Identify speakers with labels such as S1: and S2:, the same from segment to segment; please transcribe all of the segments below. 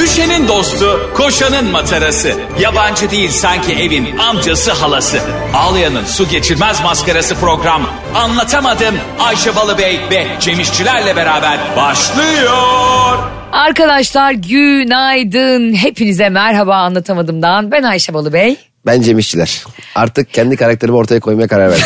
S1: Ayşe'nin dostu, koşanın matarası. Yabancı değil sanki evin amcası halası. Ağlayan'ın su geçirmez maskarası program. Anlatamadım Ayşe Balıbey ve Cemişçilerle beraber başlıyor.
S2: Arkadaşlar günaydın. Hepinize merhaba anlatamadımdan. Ben Ayşe Balıbey.
S3: Ben Cem İşçiler. Artık kendi karakterimi ortaya koymaya karar verdim.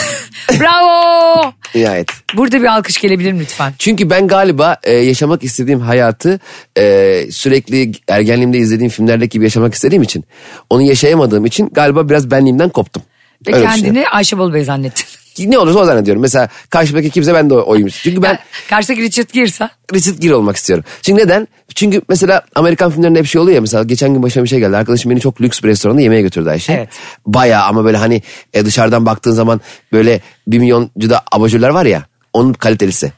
S2: Bravo.
S3: Nihayet.
S2: Burada bir alkış gelebilir mi lütfen.
S3: Çünkü ben galiba e, yaşamak istediğim hayatı e, sürekli ergenliğimde izlediğim filmlerdeki gibi yaşamak istediğim için onu yaşayamadığım için galiba biraz benliğimden koptum.
S2: Ve
S3: Öyle şey düşünüyorum.
S2: kendini Ayşe Balıbey zannettin.
S3: ne olursa o zannediyorum. Mesela karşımdaki kimse ben de o- oymuş. Çünkü ben
S2: Karşıdaki Richard Girsa.
S3: Richard Gere olmak istiyorum. Çünkü neden? Çünkü mesela Amerikan filmlerinde hep şey oluyor ya mesela geçen gün başıma bir şey geldi. Arkadaşım beni çok lüks bir restoranda yemeğe götürdü Ayşe.
S2: Evet.
S3: Baya ama böyle hani e, dışarıdan baktığın zaman böyle bir milyoncu da abajurlar var ya onun kalitelisi.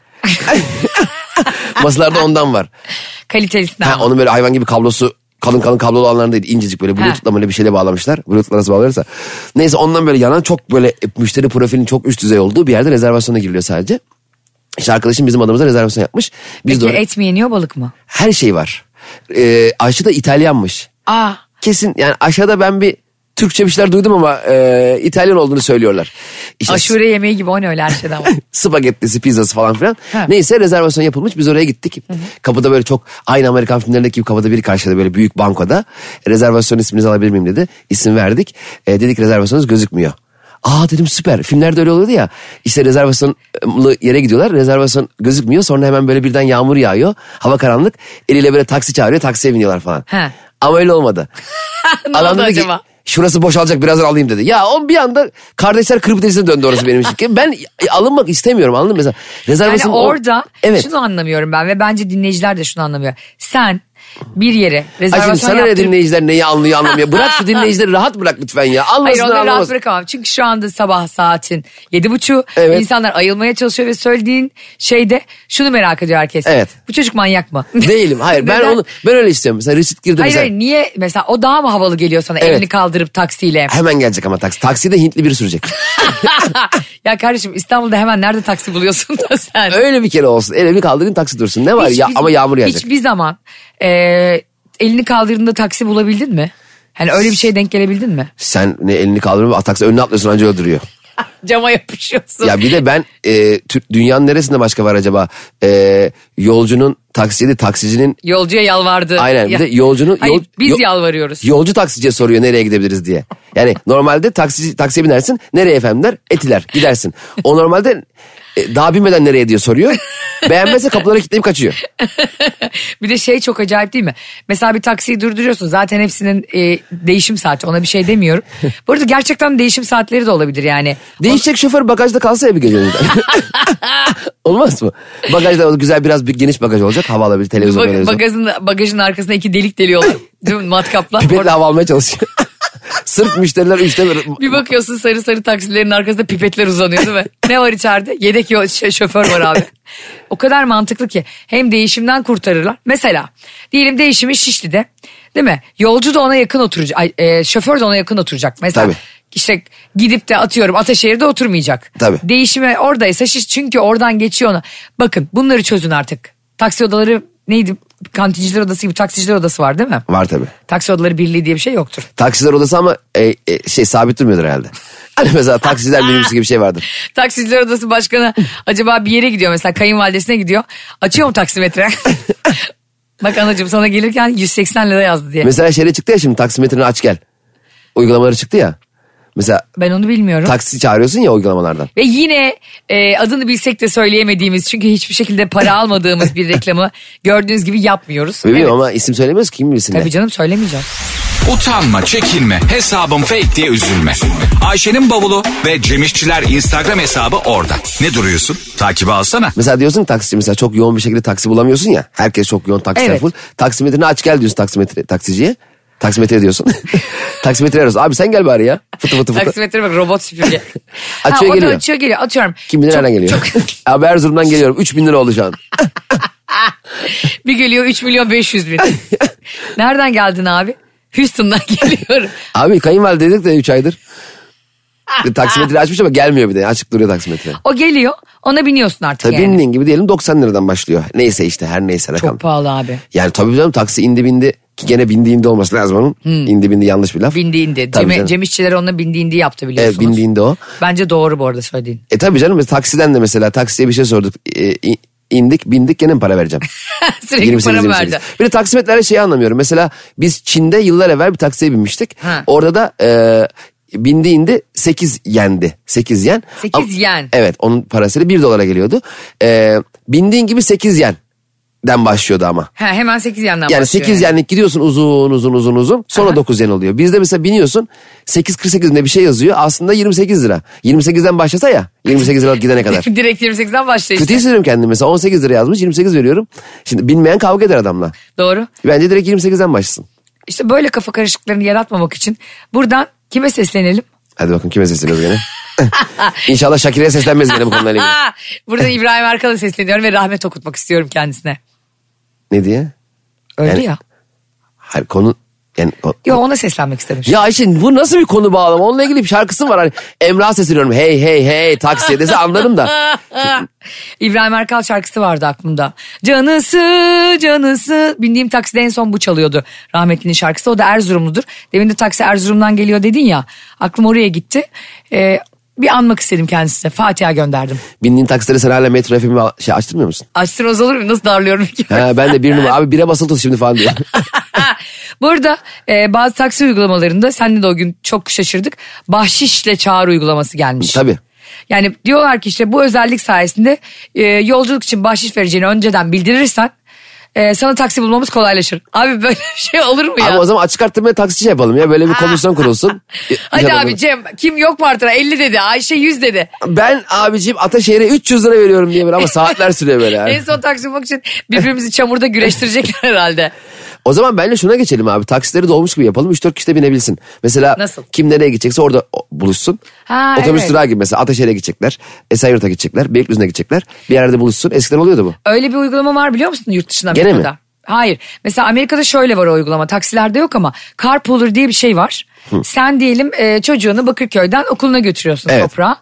S3: Masalarda ondan var.
S2: Kalitelisinden.
S3: Ha, onun böyle hayvan gibi kablosu kalın kalın kablolu olanların değil incecik böyle bluetooth'la böyle bir şeyle bağlamışlar. Bluetooth'la nasıl bağlarsa. Neyse ondan böyle yanan çok böyle müşteri profilinin çok üst düzey olduğu bir yerde rezervasyona giriliyor sadece. İşte arkadaşım bizim adımıza rezervasyon yapmış. Biz
S2: Peki
S3: de oraya-
S2: et mi yeniyor balık mı?
S3: her şey var. Ee, Ayşe de İtalyanmış.
S2: Aa.
S3: Kesin yani aşağıda ben bir Türkçe bir şeyler duydum ama e, İtalyan olduğunu söylüyorlar. İşte
S2: Aşure yemeği gibi o ne öyle her şeyden var.
S3: spagettisi, pizzası falan filan.
S2: Ha.
S3: Neyse rezervasyon yapılmış biz oraya gittik. Kapıda böyle çok aynı Amerikan filmlerindeki gibi kapıda biri karşıladı böyle büyük bankoda. E, Rezervasyon isminizi alabilir miyim dedi. İsim verdik. E, dedik rezervasyonunuz gözükmüyor. Aa dedim süper. Filmlerde öyle oluyordu ya. İşte rezervasyonlu yere gidiyorlar. Rezervasyon gözükmüyor. Sonra hemen böyle birden yağmur yağıyor. Hava karanlık. Eliyle böyle taksi çağırıyor. Taksiye biniyorlar falan.
S2: He.
S3: Ama öyle olmadı.
S2: ne
S3: Adam
S2: oldu
S3: dedi ki
S2: acaba?
S3: şurası boşalacak birazdan alayım dedi. Ya o bir anda kardeşler kırpidesine döndü orası benim için. Ben e, alınmak istemiyorum anladın mı? Mesela
S2: Yani
S3: rezervasyon or-
S2: orada
S3: Evet.
S2: şunu anlamıyorum ben ve bence dinleyiciler de şunu anlamıyor. Sen bir yere
S3: Ay şimdi
S2: rezervasyon
S3: sana ne
S2: yaptırıp
S3: dinleyiciler neyi anlıyor anlamıyor. Bırak şu dinleyicileri rahat bırak lütfen ya.
S2: Hayır
S3: Anlasın
S2: onları rahat
S3: anlamaz.
S2: bırakamam. Çünkü şu anda sabah saatin yedi buçu.
S3: Evet.
S2: İnsanlar ayılmaya çalışıyor ve söylediğin şeyde şunu merak ediyor herkes.
S3: Evet.
S2: Bu çocuk manyak mı?
S3: Değilim hayır ben
S2: Neden?
S3: onu ben öyle istiyorum. Mesela Richard Gire'de
S2: Hayır
S3: mesela
S2: hayır niye mesela o daha mı havalı geliyor sana
S3: Evet.
S2: elini kaldırıp taksiyle?
S3: hemen gelecek ama taksi. Takside Hintli biri sürecek.
S2: ya kardeşim İstanbul'da hemen nerede taksi buluyorsun da sen?
S3: öyle bir kere olsun. El elini kaldırın taksi dursun. Ne var
S2: Hiçbir-
S3: ya ama yağmur yağacak.
S2: Hiçbir zaman e, elini kaldırdığında taksi bulabildin mi? Hani öyle bir şeye denk gelebildin mi?
S3: Sen ne elini kaldırma taksi önüne atlıyorsun anca öldürüyor.
S2: Cama yapışıyorsun.
S3: Ya bir de ben e, Türk- dünyanın neresinde başka var acaba? E, yolcunun taksiydi, taksicinin
S2: Yolcuya yalvardı.
S3: Aynen, bir
S2: Ya-
S3: de yolcunu-
S2: Hayır,
S3: yol-
S2: biz
S3: yol-
S2: yalvarıyoruz.
S3: yolcu taksiciye soruyor nereye gidebiliriz diye. Yani normalde taksici taksiye binersin nereye efendim der etiler gidersin. O normalde e, daha binmeden nereye diye soruyor. Beğenmezse kapılara kilitleyip kaçıyor.
S2: Bir de şey çok acayip değil mi? Mesela bir taksiyi durduruyorsun. Zaten hepsinin e, değişim saati. Ona bir şey demiyorum. Bu arada gerçekten değişim saatleri de olabilir yani.
S3: Değişecek şoför bagajda kalsa ya bir gece önceden. Olmaz mı? Bagajda güzel biraz bir geniş bagaj olacak. Hava alabilir televizyon.
S2: Bag-
S3: televizyon.
S2: bagajın, bagajın arkasına iki delik deliyorlar. Değil mi? Matkapla.
S3: Pipetle hava almaya çalışıyor. Sırf müşteriler üçte bir-
S2: Bir bakıyorsun sarı sarı taksilerin arkasında pipetler uzanıyor değil mi? ne var içeride? Yedek yo- şö- şoför var abi. o kadar mantıklı ki hem değişimden kurtarırlar. Mesela diyelim değişimi Şişli'de değil mi? Yolcu da ona yakın oturacak. Ay, e, şoför de ona yakın oturacak. Mesela
S3: Tabii.
S2: işte gidip de atıyorum Ataşehir'de oturmayacak.
S3: Tabii.
S2: Değişime oradaysa Şiş çünkü oradan geçiyor ona. Bakın bunları çözün artık. Taksi odaları neydi? Kantinciler odası gibi taksiciler odası var değil mi?
S3: Var tabii.
S2: Taksi odaları birliği diye bir şey yoktur.
S3: Taksiler odası ama e, e, şey sabit durmuyordur herhalde. Hani mesela taksiciler minibüsü gibi bir şey vardır.
S2: Taksiciler Odası Başkanı acaba bir yere gidiyor mesela kayınvalidesine gidiyor. Açıyor mu taksimetre? Bak anacığım sana gelirken 180 lira yazdı diye.
S3: Mesela şeyle çıktı ya şimdi taksimetreni aç gel. Uygulamaları çıktı ya. Mesela
S2: Ben onu bilmiyorum.
S3: taksi çağırıyorsun ya uygulamalardan.
S2: Ve yine e, adını bilsek de söyleyemediğimiz çünkü hiçbir şekilde para almadığımız bir reklamı gördüğünüz gibi yapmıyoruz.
S3: Bebeğim
S2: Evet.
S3: ama isim söylemiyoruz ki kim bilsin ne.
S2: Tabii canım söylemeyeceğim.
S1: Utanma, çekinme, hesabım fake diye üzülme. Ayşe'nin bavulu ve Cemişçiler Instagram hesabı orada. Ne duruyorsun? Takibi alsana.
S3: Mesela diyorsun ki taksici mesela çok yoğun bir şekilde taksi bulamıyorsun ya. Herkes çok yoğun taksiler
S2: Evet.
S3: full. Taksimetreni aç gel diyorsun taksimetre, taksiciye. Taksimetre diyorsun. taksimetre arıyorsun. Abi sen gel bari ya. Fıtı fıtı fıtı.
S2: Taksimetre bak robot süpürge.
S3: Açıyor
S2: o da
S3: geliyor.
S2: açıyor geliyor. Atıyorum.
S3: Kim bilir
S2: Çok-
S3: nereden geliyor. Abi Erzurum'dan geliyorum. 3000 lira oldu şu an.
S2: Bir geliyor 3 milyon 500 bin. Nereden geldin abi? Houston'dan geliyorum.
S3: Abi kayınvalide dedik de 3 aydır.
S2: Ah,
S3: Bir taksimetre açmış ama gelmiyor bir de. Açık duruyor taksimetre.
S2: O geliyor ona biniyorsun artık
S3: Tabii
S2: yani.
S3: bindiğin gibi diyelim 90 liradan başlıyor. Neyse işte her neyse rakam.
S2: Çok pahalı abi.
S3: Yani tabii canım taksi indi bindi. Ki gene bindiğinde olması lazım onun. İndi bindi yanlış bir laf.
S2: Hmm. Bindiğinde.
S3: Tabii
S2: Cem,
S3: canım.
S2: Cem İşçiler onunla bindiğinde yaptı biliyorsunuz.
S3: Evet, bindiğinde o.
S2: Bence doğru bu arada söylediğin.
S3: E tabii canım biz taksiden de mesela taksiye bir şey sorduk. E, in- indik bindik gene mi para vereceğim?
S2: Sürekli
S3: 28,
S2: para
S3: 28.
S2: verdi.
S3: Bir de taksimetrelerde şeyi anlamıyorum. Mesela biz Çin'de yıllar evvel bir taksiye binmiştik.
S2: Ha.
S3: Orada da e, bindi indi 8 yendi. 8 yen.
S2: Sekiz
S3: Ama-
S2: yen.
S3: Evet onun parasıyla 1 dolara geliyordu. E, bindiğin gibi 8 yen den başlıyordu ama.
S2: Ha, hemen 8 yandan
S3: Yani
S2: başlıyor
S3: 8 yenlik gidiyorsun uzun uzun uzun uzun sonra
S2: Aha.
S3: 9 yen oluyor. Bizde mesela biniyorsun 8.48 ne bir şey yazıyor aslında 28 lira. 28'den başlasa ya 28 liralık gidene kadar.
S2: Direkt 28'den başlıyor
S3: Kötü
S2: işte.
S3: hissediyorum kendimi mesela 18 lira yazmış 28 veriyorum. Şimdi bilmeyen kavga eder adamla.
S2: Doğru.
S3: Bence direkt 28'den başlasın.
S2: İşte böyle kafa karışıklarını yaratmamak için buradan kime seslenelim?
S3: Hadi bakın kime sesleniyoruz gene. İnşallah Şakir'e seslenmez gene bu konuyla ilgili.
S2: Aa, buradan İbrahim Erkal'a sesleniyorum ve rahmet okutmak istiyorum kendisine.
S3: Ne diye?
S2: Öldü
S3: Yani-
S2: ya.
S3: Hayır konu... Yani, o-
S2: Yo ona seslenmek istedim.
S3: Ya Ayşe bu nasıl bir konu bağlama? Onunla ilgili bir şarkısı var. Hani Emrah sesleniyorum. Hey hey hey taksiye dese anlarım da.
S2: İbrahim Erkal şarkısı vardı aklımda. Canısı canısı. Bindiğim takside en son bu çalıyordu. Rahmetli'nin şarkısı. O da Erzurumludur. Demin de taksi Erzurum'dan geliyor dedin ya. Aklım oraya gitti. Ee, bir anmak istedim kendisine. Fatiha gönderdim.
S3: Bindiğin taksilere sen hala metro FM'i al- şey açtırmıyor musun?
S2: Açtırmaz olur mu? Nasıl darlıyorum ki?
S3: Ha, ben de bir numara. Abi bire basılı tut şimdi falan diyor.
S2: Burada e, bazı taksi uygulamalarında senle de o gün çok şaşırdık. Bahşişle çağrı uygulaması gelmiş.
S3: Tabii.
S2: Yani diyorlar ki işte bu özellik sayesinde e, yolculuk için bahşiş vereceğini önceden bildirirsen e, sana taksi bulmamız kolaylaşır. Abi böyle bir şey olur mu ya?
S3: Abi o zaman açık arttırmaya taksici şey yapalım ya. Böyle bir komisyon kurulsun.
S2: Hadi
S3: Güzel
S2: abi
S3: olur.
S2: Cem kim yok mu artıra 50 dedi Ayşe 100 dedi.
S3: Ben abiciğim Ataşehir'e 300 lira veriyorum diye böyle ama saatler sürüyor böyle. yani.
S2: En son taksi bulmak için birbirimizi çamurda güreştirecekler herhalde.
S3: O zaman bence şuna geçelim abi. Taksileri dolmuş gibi yapalım. 3-4 kişi de binebilsin. Mesela
S2: Nasıl?
S3: kim nereye gidecekse orada o- buluşsun.
S2: Ha,
S3: Otobüs
S2: evet.
S3: durağı gibi mesela Ataşehir'e gidecekler. Esenyurt'a gidecekler. Beylikdüzü'ne gidecekler. Bir yerde buluşsun. Eskiden oluyordu bu.
S2: Öyle bir uygulama var biliyor musun yurt dışında
S3: Gene mi?
S2: Amerika'da? Hayır. Mesela Amerika'da şöyle var o uygulama. Taksilerde yok ama carpooler diye bir şey var. Sen diyelim e, çocuğunu Bakırköy'den okuluna götürüyorsun
S3: Evet.
S2: toprağa.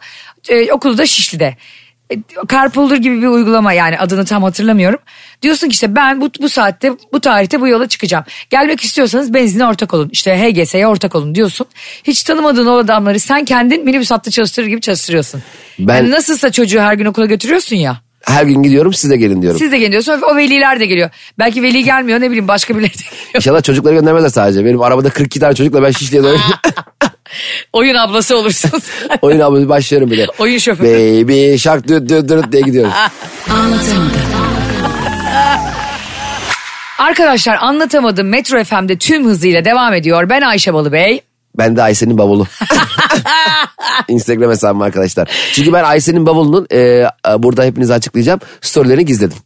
S2: E, okulu da Şişli'de. E, Carpooler gibi bir uygulama yani adını tam hatırlamıyorum. Diyorsun ki işte ben bu, bu saatte bu tarihte bu yola çıkacağım. Gelmek istiyorsanız benzine ortak olun. İşte HGS'ye ortak olun diyorsun. Hiç tanımadığın o adamları sen kendin minibüs hattı çalıştırır gibi çalıştırıyorsun.
S3: Ben-
S2: Yani nasılsa çocuğu her gün okula götürüyorsun ya.
S3: Her gün gidiyorum siz de gelin diyorum.
S2: Siz de geliyorsunuz. O veliler de geliyor. Belki veli gelmiyor ne bileyim başka birileri de geliyor.
S3: İnşallah çocukları göndermezler sadece. Benim arabada 42 tane çocukla ben Şişli'ye doğru
S2: Oyun ablası olursunuz.
S3: oyun abi başlarım bile.
S2: Oyun şoförü.
S3: Baby şark düt düt düt diye gidiyoruz.
S2: Arkadaşlar anlatamadım. Metro FM'de tüm hızıyla devam ediyor. Ben Ayşe Balıbey.
S3: Ben de Ayşe'nin bavulu. Instagram hesabım arkadaşlar. Çünkü ben Ayşe'nin bavulunun e, e, burada hepinize açıklayacağım. Storylerini gizledim.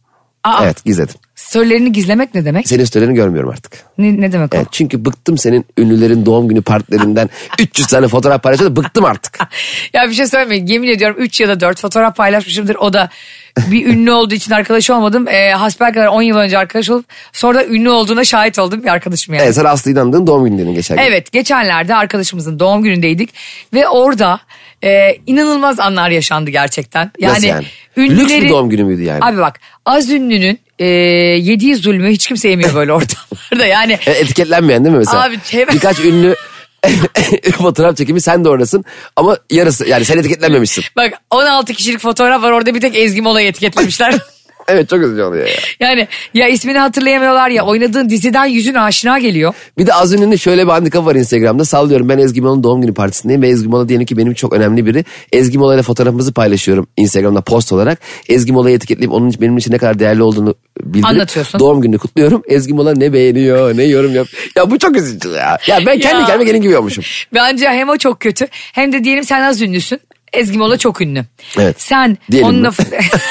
S2: Aa.
S3: Evet gizledim.
S2: Sorularını gizlemek ne demek?
S3: Senin storylerini görmüyorum artık.
S2: Ne, ne demek o?
S3: Evet, çünkü bıktım senin ünlülerin doğum günü partilerinden 300 tane fotoğraf paylaşıyordu. Bıktım artık.
S2: Ya bir şey söylemeyin. Yemin ediyorum 3 ya da 4 fotoğraf paylaşmışımdır. O da bir ünlü olduğu için arkadaş olmadım. E, hasbelkader 10 yıl önce arkadaş olup sonra da ünlü olduğuna şahit oldum bir arkadaşım yani.
S3: Evet, sen Aslı İnandığın doğum günlerini geçen gün.
S2: Evet geçenlerde arkadaşımızın doğum günündeydik ve orada e, inanılmaz anlar yaşandı gerçekten. Yani,
S3: Nasıl yani? Lüks bir doğum günü müydü yani?
S2: Abi bak az ünlünün e, yediği zulmü hiç kimse yemiyor böyle ortamlarda yani.
S3: E, Etiketlenmeyen değil mi mesela?
S2: Abi, şey-
S3: Birkaç ünlü fotoğraf çekimi sen de oradasın ama yarısı yani sen etiketlenmemişsin.
S2: Bak 16 kişilik fotoğraf var orada bir tek Ezgi Mola'yı etiketlemişler.
S3: Evet çok üzücü oluyor ya.
S2: yani ya ismini hatırlayamıyorlar ya oynadığın diziden yüzün aşina geliyor.
S3: Bir de az ünlünün şöyle bir handikapı var Instagram'da. Sallıyorum ben Ezgi Mola'nın doğum günü partisindeyim ve Ezgi Mola diyelim ki benim çok önemli biri. Ezgi Mola ile fotoğrafımızı paylaşıyorum Instagram'da post olarak. Ezgi Mola'yı etiketleyip onun için- benim için ne kadar değerli olduğunu bildirip
S2: Anlatıyorsun.
S3: doğum gününü kutluyorum. Ezgi Mola ne beğeniyor ne yorum yap. Ya bu çok üzücü ya. Ya ben kendi
S2: Ya.
S3: kendime gelin gibi olmuşum.
S2: Bence hem o çok kötü hem de diyelim sen az ünlüsün. Ezgi Mola çok ünlü.
S3: Evet.
S2: Sen
S3: Diyelim
S2: onun
S3: mi?
S2: lafı...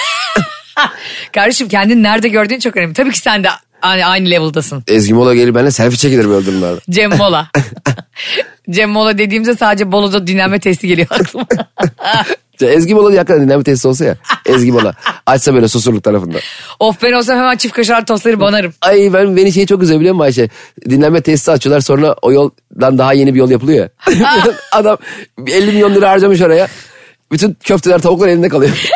S2: Kardeşim kendini nerede gördüğün çok önemli. Tabii ki sen de aynı, aynı level'dasın.
S3: Ezgi Mola gelip benimle selfie çekilir böyle durumlarda.
S2: Cem Mola. Cem Mola dediğimde sadece Bolu'da dinlenme testi geliyor aklıma.
S3: Ya Ezgi Mola diye hakikaten dinlenme tesisi olsa ya. Ezgi Mola. Açsa böyle susurluk tarafında.
S2: of ben olsam hemen çift kaşar tostları banarım.
S3: Ay ben beni şey çok üzüyor biliyor musun Ayşe? Dinlenme tesisi açıyorlar sonra o yoldan daha yeni bir yol yapılıyor ya. Adam 50 milyon lira harcamış oraya. Bütün köfteler tavuklar elinde kalıyor.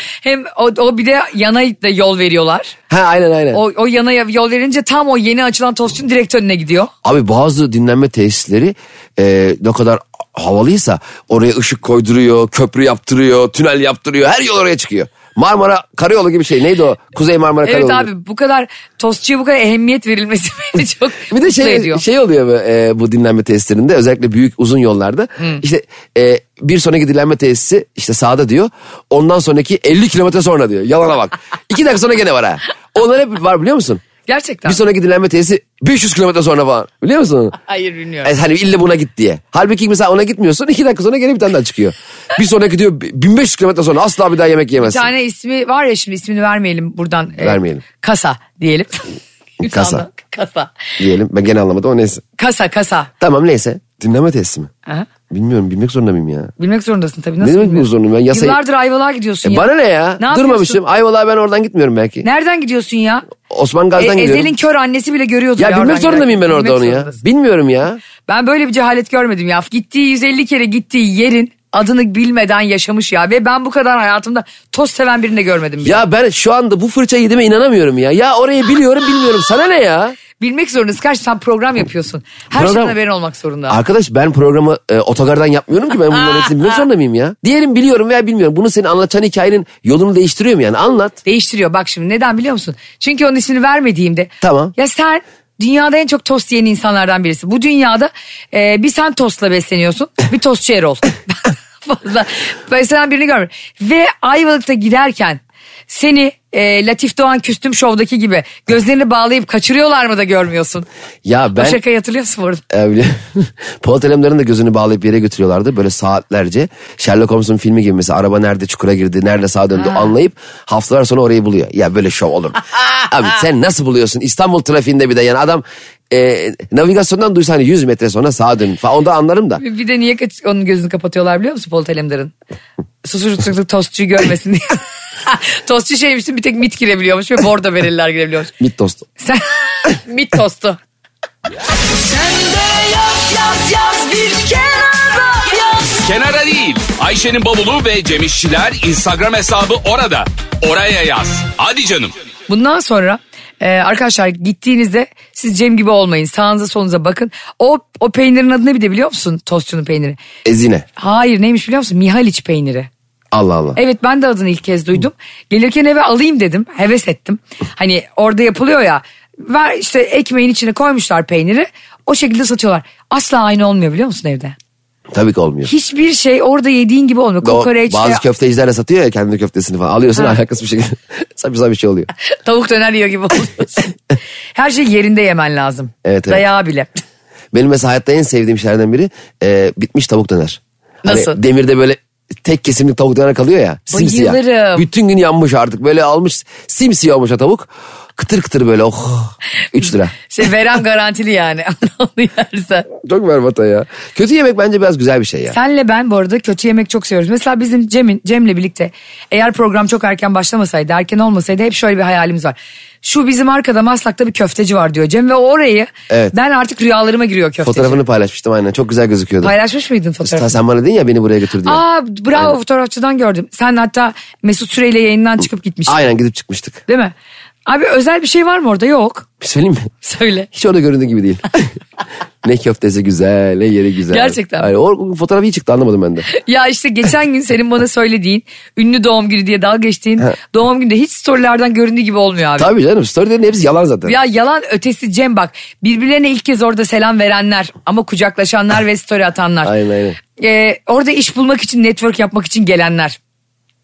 S2: Hem o, o bir de yana da yol veriyorlar.
S3: ha aynen aynen.
S2: O, o yana yol verince tam o yeni açılan tostun direkt önüne gidiyor.
S3: Abi bazı dinlenme tesisleri e, ne kadar havalıysa oraya ışık koyduruyor, köprü yaptırıyor, tünel yaptırıyor. Her yol oraya çıkıyor. Marmara Karayolu gibi şey neydi o? Kuzey Marmara
S2: Evet
S3: Karayolu.
S2: abi bu kadar tostçuya bu kadar ehemmiyet verilmesi beni çok
S3: Bir de
S2: mutlu
S3: şey,
S2: ediyor.
S3: şey oluyor bu, e, bu dinlenme tesislerinde özellikle büyük uzun yollarda. işte e, bir sonraki dinlenme tesisi işte sağda diyor. Ondan sonraki 50 kilometre sonra diyor. Yalana bak. İki dakika sonra gene var ha. Onlar hep var biliyor musun?
S2: Gerçekten.
S3: Bir sonraki dinlenme tesisi 500 kilometre sonra falan. Biliyor musun onu?
S2: Hayır bilmiyorum.
S3: E, hani illa buna git diye. Halbuki mesela ona gitmiyorsun iki dakika sonra gene bir tane daha çıkıyor. Bir sonraki diyor 1500 kilometre sonra asla bir daha yemek
S2: Bir
S3: yemezsin.
S2: tane ismi var ya şimdi ismini vermeyelim buradan. e,
S3: Vermeyelim.
S2: Kasa diyelim.
S3: Kasa.
S2: Kasa.
S3: Diyelim ben gene anlamadım o neyse.
S2: Kasa kasa.
S3: Tamam neyse dinleme tesisi mi?
S2: Ha?
S3: Bilmiyorum bilmek zorunda mıyım ya?
S2: Bilmek zorundasın tabii.
S3: Ne
S2: Nasıl
S3: demek
S2: bilmiyorsun?
S3: bilmek zorundayım? Ben yasayı-
S2: Yıllardır Ayvalık'a gidiyorsun
S3: E,
S2: ya.
S3: bana ne ya?
S2: Ne
S3: Durmamışım. Ayvalık'a ben oradan gitmiyorum belki.
S2: Nereden gidiyorsun ya?
S3: Osman
S2: E,
S3: Gazi'den gidiyorum.
S2: Ezel'in kör annesi bile görüyordu.
S3: Ya bilmek
S2: oradan
S3: zorunda mıyım ben
S2: giderken.
S3: orada onu
S2: Bilmek
S3: ya?
S2: zorundasın.
S3: Bilmiyorum ya.
S2: Ben böyle bir cehalet görmedim ya. Gittiği 150 kere gittiği yerin adını bilmeden yaşamış ya. Ve ben bu kadar hayatımda toz seven birini de görmedim. bile.
S3: Ya ben şu anda bu fırça yediğime inanamıyorum ya. Ya orayı biliyorum bilmiyorum. Sana ne ya?
S2: Bilmek zorundasın. Karşı sen program yapıyorsun. Her
S3: Program-
S2: şeyden haberin olmak zorunda.
S3: Arkadaş ben programı e, otogardan yapmıyorum ki ben bunların hepsini bilmek zorunda mıyım ya? Diyelim biliyorum veya bilmiyorum. Bunu senin anlatan hikayenin yolunu değiştiriyor mu yani? Anlat.
S2: Değiştiriyor bak şimdi neden biliyor musun? Çünkü onun ismini vermediğimde.
S3: Tamam.
S2: Ya sen dünyada en çok tost yiyen insanlardan birisi. Bu dünyada e, bir sen tostla besleniyorsun bir tostçu Erol. Fazla beslenen birini görmedim. Ve Ayvalık'ta giderken seni e, Latif Doğan Küstüm Şov'daki gibi gözlerini bağlayıp kaçırıyorlar mı da görmüyorsun?
S3: Ya
S2: Ben...
S3: ben...
S2: O şakayı hatırlıyorsun bu arada.
S3: E, bile- Polat Alemdar'ın da gözünü bağlayıp bir yere götürüyorlardı. Böyle saatlerce. Sherlock Holmes'un filmi gibi mesela araba nerede çukura girdi, nerede sağa döndü anlayıp haftalar sonra orayı buluyor. Ya böyle şov olur. mu? Abi sen nasıl buluyorsun? İstanbul trafiğinde bir de yani adam e, navigasyondan duysa hani 100 metre sonra sağa dön falan onu da anlarım da.
S2: Bir bir de niye kaç- onun gözünü kapatıyorlar biliyor musun Polat Alemdar'ın? Susurluklu tostçuyu görmesin diye. Tostçu şeymiş bir tek mit girebiliyormuş ve bordo verirler girebiliyormuş.
S3: Mit dostu.
S2: Sen mit tostu.
S1: Kenara değil. Ayşe'nin bavulu ve Cemişçiler Instagram hesabı orada. Oraya yaz. Hadi canım.
S2: Bundan sonra e, arkadaşlar gittiğinizde siz Cem gibi olmayın. Sağınıza solunuza bakın. O, o peynirin adını bir de biliyor musun? Tostçunun peyniri.
S3: Ezine.
S2: Hayır neymiş biliyor musun? Mihaliç peyniri.
S3: Allah Allah.
S2: Evet ben de adını ilk kez duydum. Gelirken eve alayım dedim. Heves ettim. Hani orada yapılıyor ya. Ver işte ekmeğin içine koymuşlar peyniri. O şekilde satıyorlar. Asla aynı olmuyor biliyor musun evde?
S3: Tabii ki olmuyor.
S2: Hiçbir şey orada yediğin gibi olmuyor.
S3: O
S2: Kokoreç,
S3: bazı
S2: de-
S3: köfteciler de satıyor ya kendi köftesini falan. Alıyorsun alakasız bir şekilde. Saçma sapan bir şey oluyor.
S2: Tavuk döner yiyor gibi oluyorsun. Her şey yerinde yemen lazım.
S3: Evet, evet.
S2: Dayağı bile.
S3: Benim mesela hayatta en sevdiğim şeylerden biri e, bitmiş tavuk döner. Hani
S2: Nasıl?
S3: demirde böyle tek kesimlik tavuk döner kalıyor ya. Simsiyah.
S2: Bayılırım.
S3: Bütün gün yanmış artık. Böyle almış simsiyah olmuş o tavuk. Kıtır kıtır böyle oh. 3 lira.
S2: Şey veren garantili yani. Onu yersen.
S3: Çok berbat o ya. Kötü yemek bence biraz güzel bir şey ya.
S2: Senle ben bu arada kötü yemek çok seviyoruz. Mesela bizim Cem'in Cem'le birlikte eğer program çok erken başlamasaydı, erken olmasaydı hep şöyle bir hayalimiz var. Şu bizim arkada Maslak'ta bir köfteci var diyor Cem ve orayı
S3: Evet.
S2: ben artık rüyalarıma giriyor köfteci.
S3: Fotoğrafını paylaşmıştım aynen. Çok güzel gözüküyordu.
S2: Paylaşmış mıydın
S3: Sen-
S2: fotoğrafı?
S3: Sen bana dedin ya beni buraya götür diye.
S2: Aa bravo fotoğrafçıdan gördüm. Sen hatta Mesut Süreyle yayından çıkıp gitmiştin.
S3: Aynen gidip çıkmıştık.
S2: Değil mi? Abi özel bir şey var mı orada? Yok.
S3: Bir söyleyeyim mi?
S2: Söyle.
S3: Hiç orada göründüğü gibi değil. ne köftesi güzel, ne yeri güzel.
S2: Gerçekten mi?
S3: Aynen. O fotoğraf iyi çıktı anlamadım ben de.
S2: Ya işte geçen gün senin bana söylediğin ünlü doğum günü diye dalga geçtiğin doğum günde hiç storylerden göründüğü gibi olmuyor abi.
S3: Tabii canım storylerin hepsi yalan zaten.
S2: Ya yalan ötesi Cem bak birbirlerine ilk kez orada selam verenler ama kucaklaşanlar ve story atanlar.
S3: Aynen, aynen.
S2: Ee, orada iş bulmak için network yapmak için gelenler.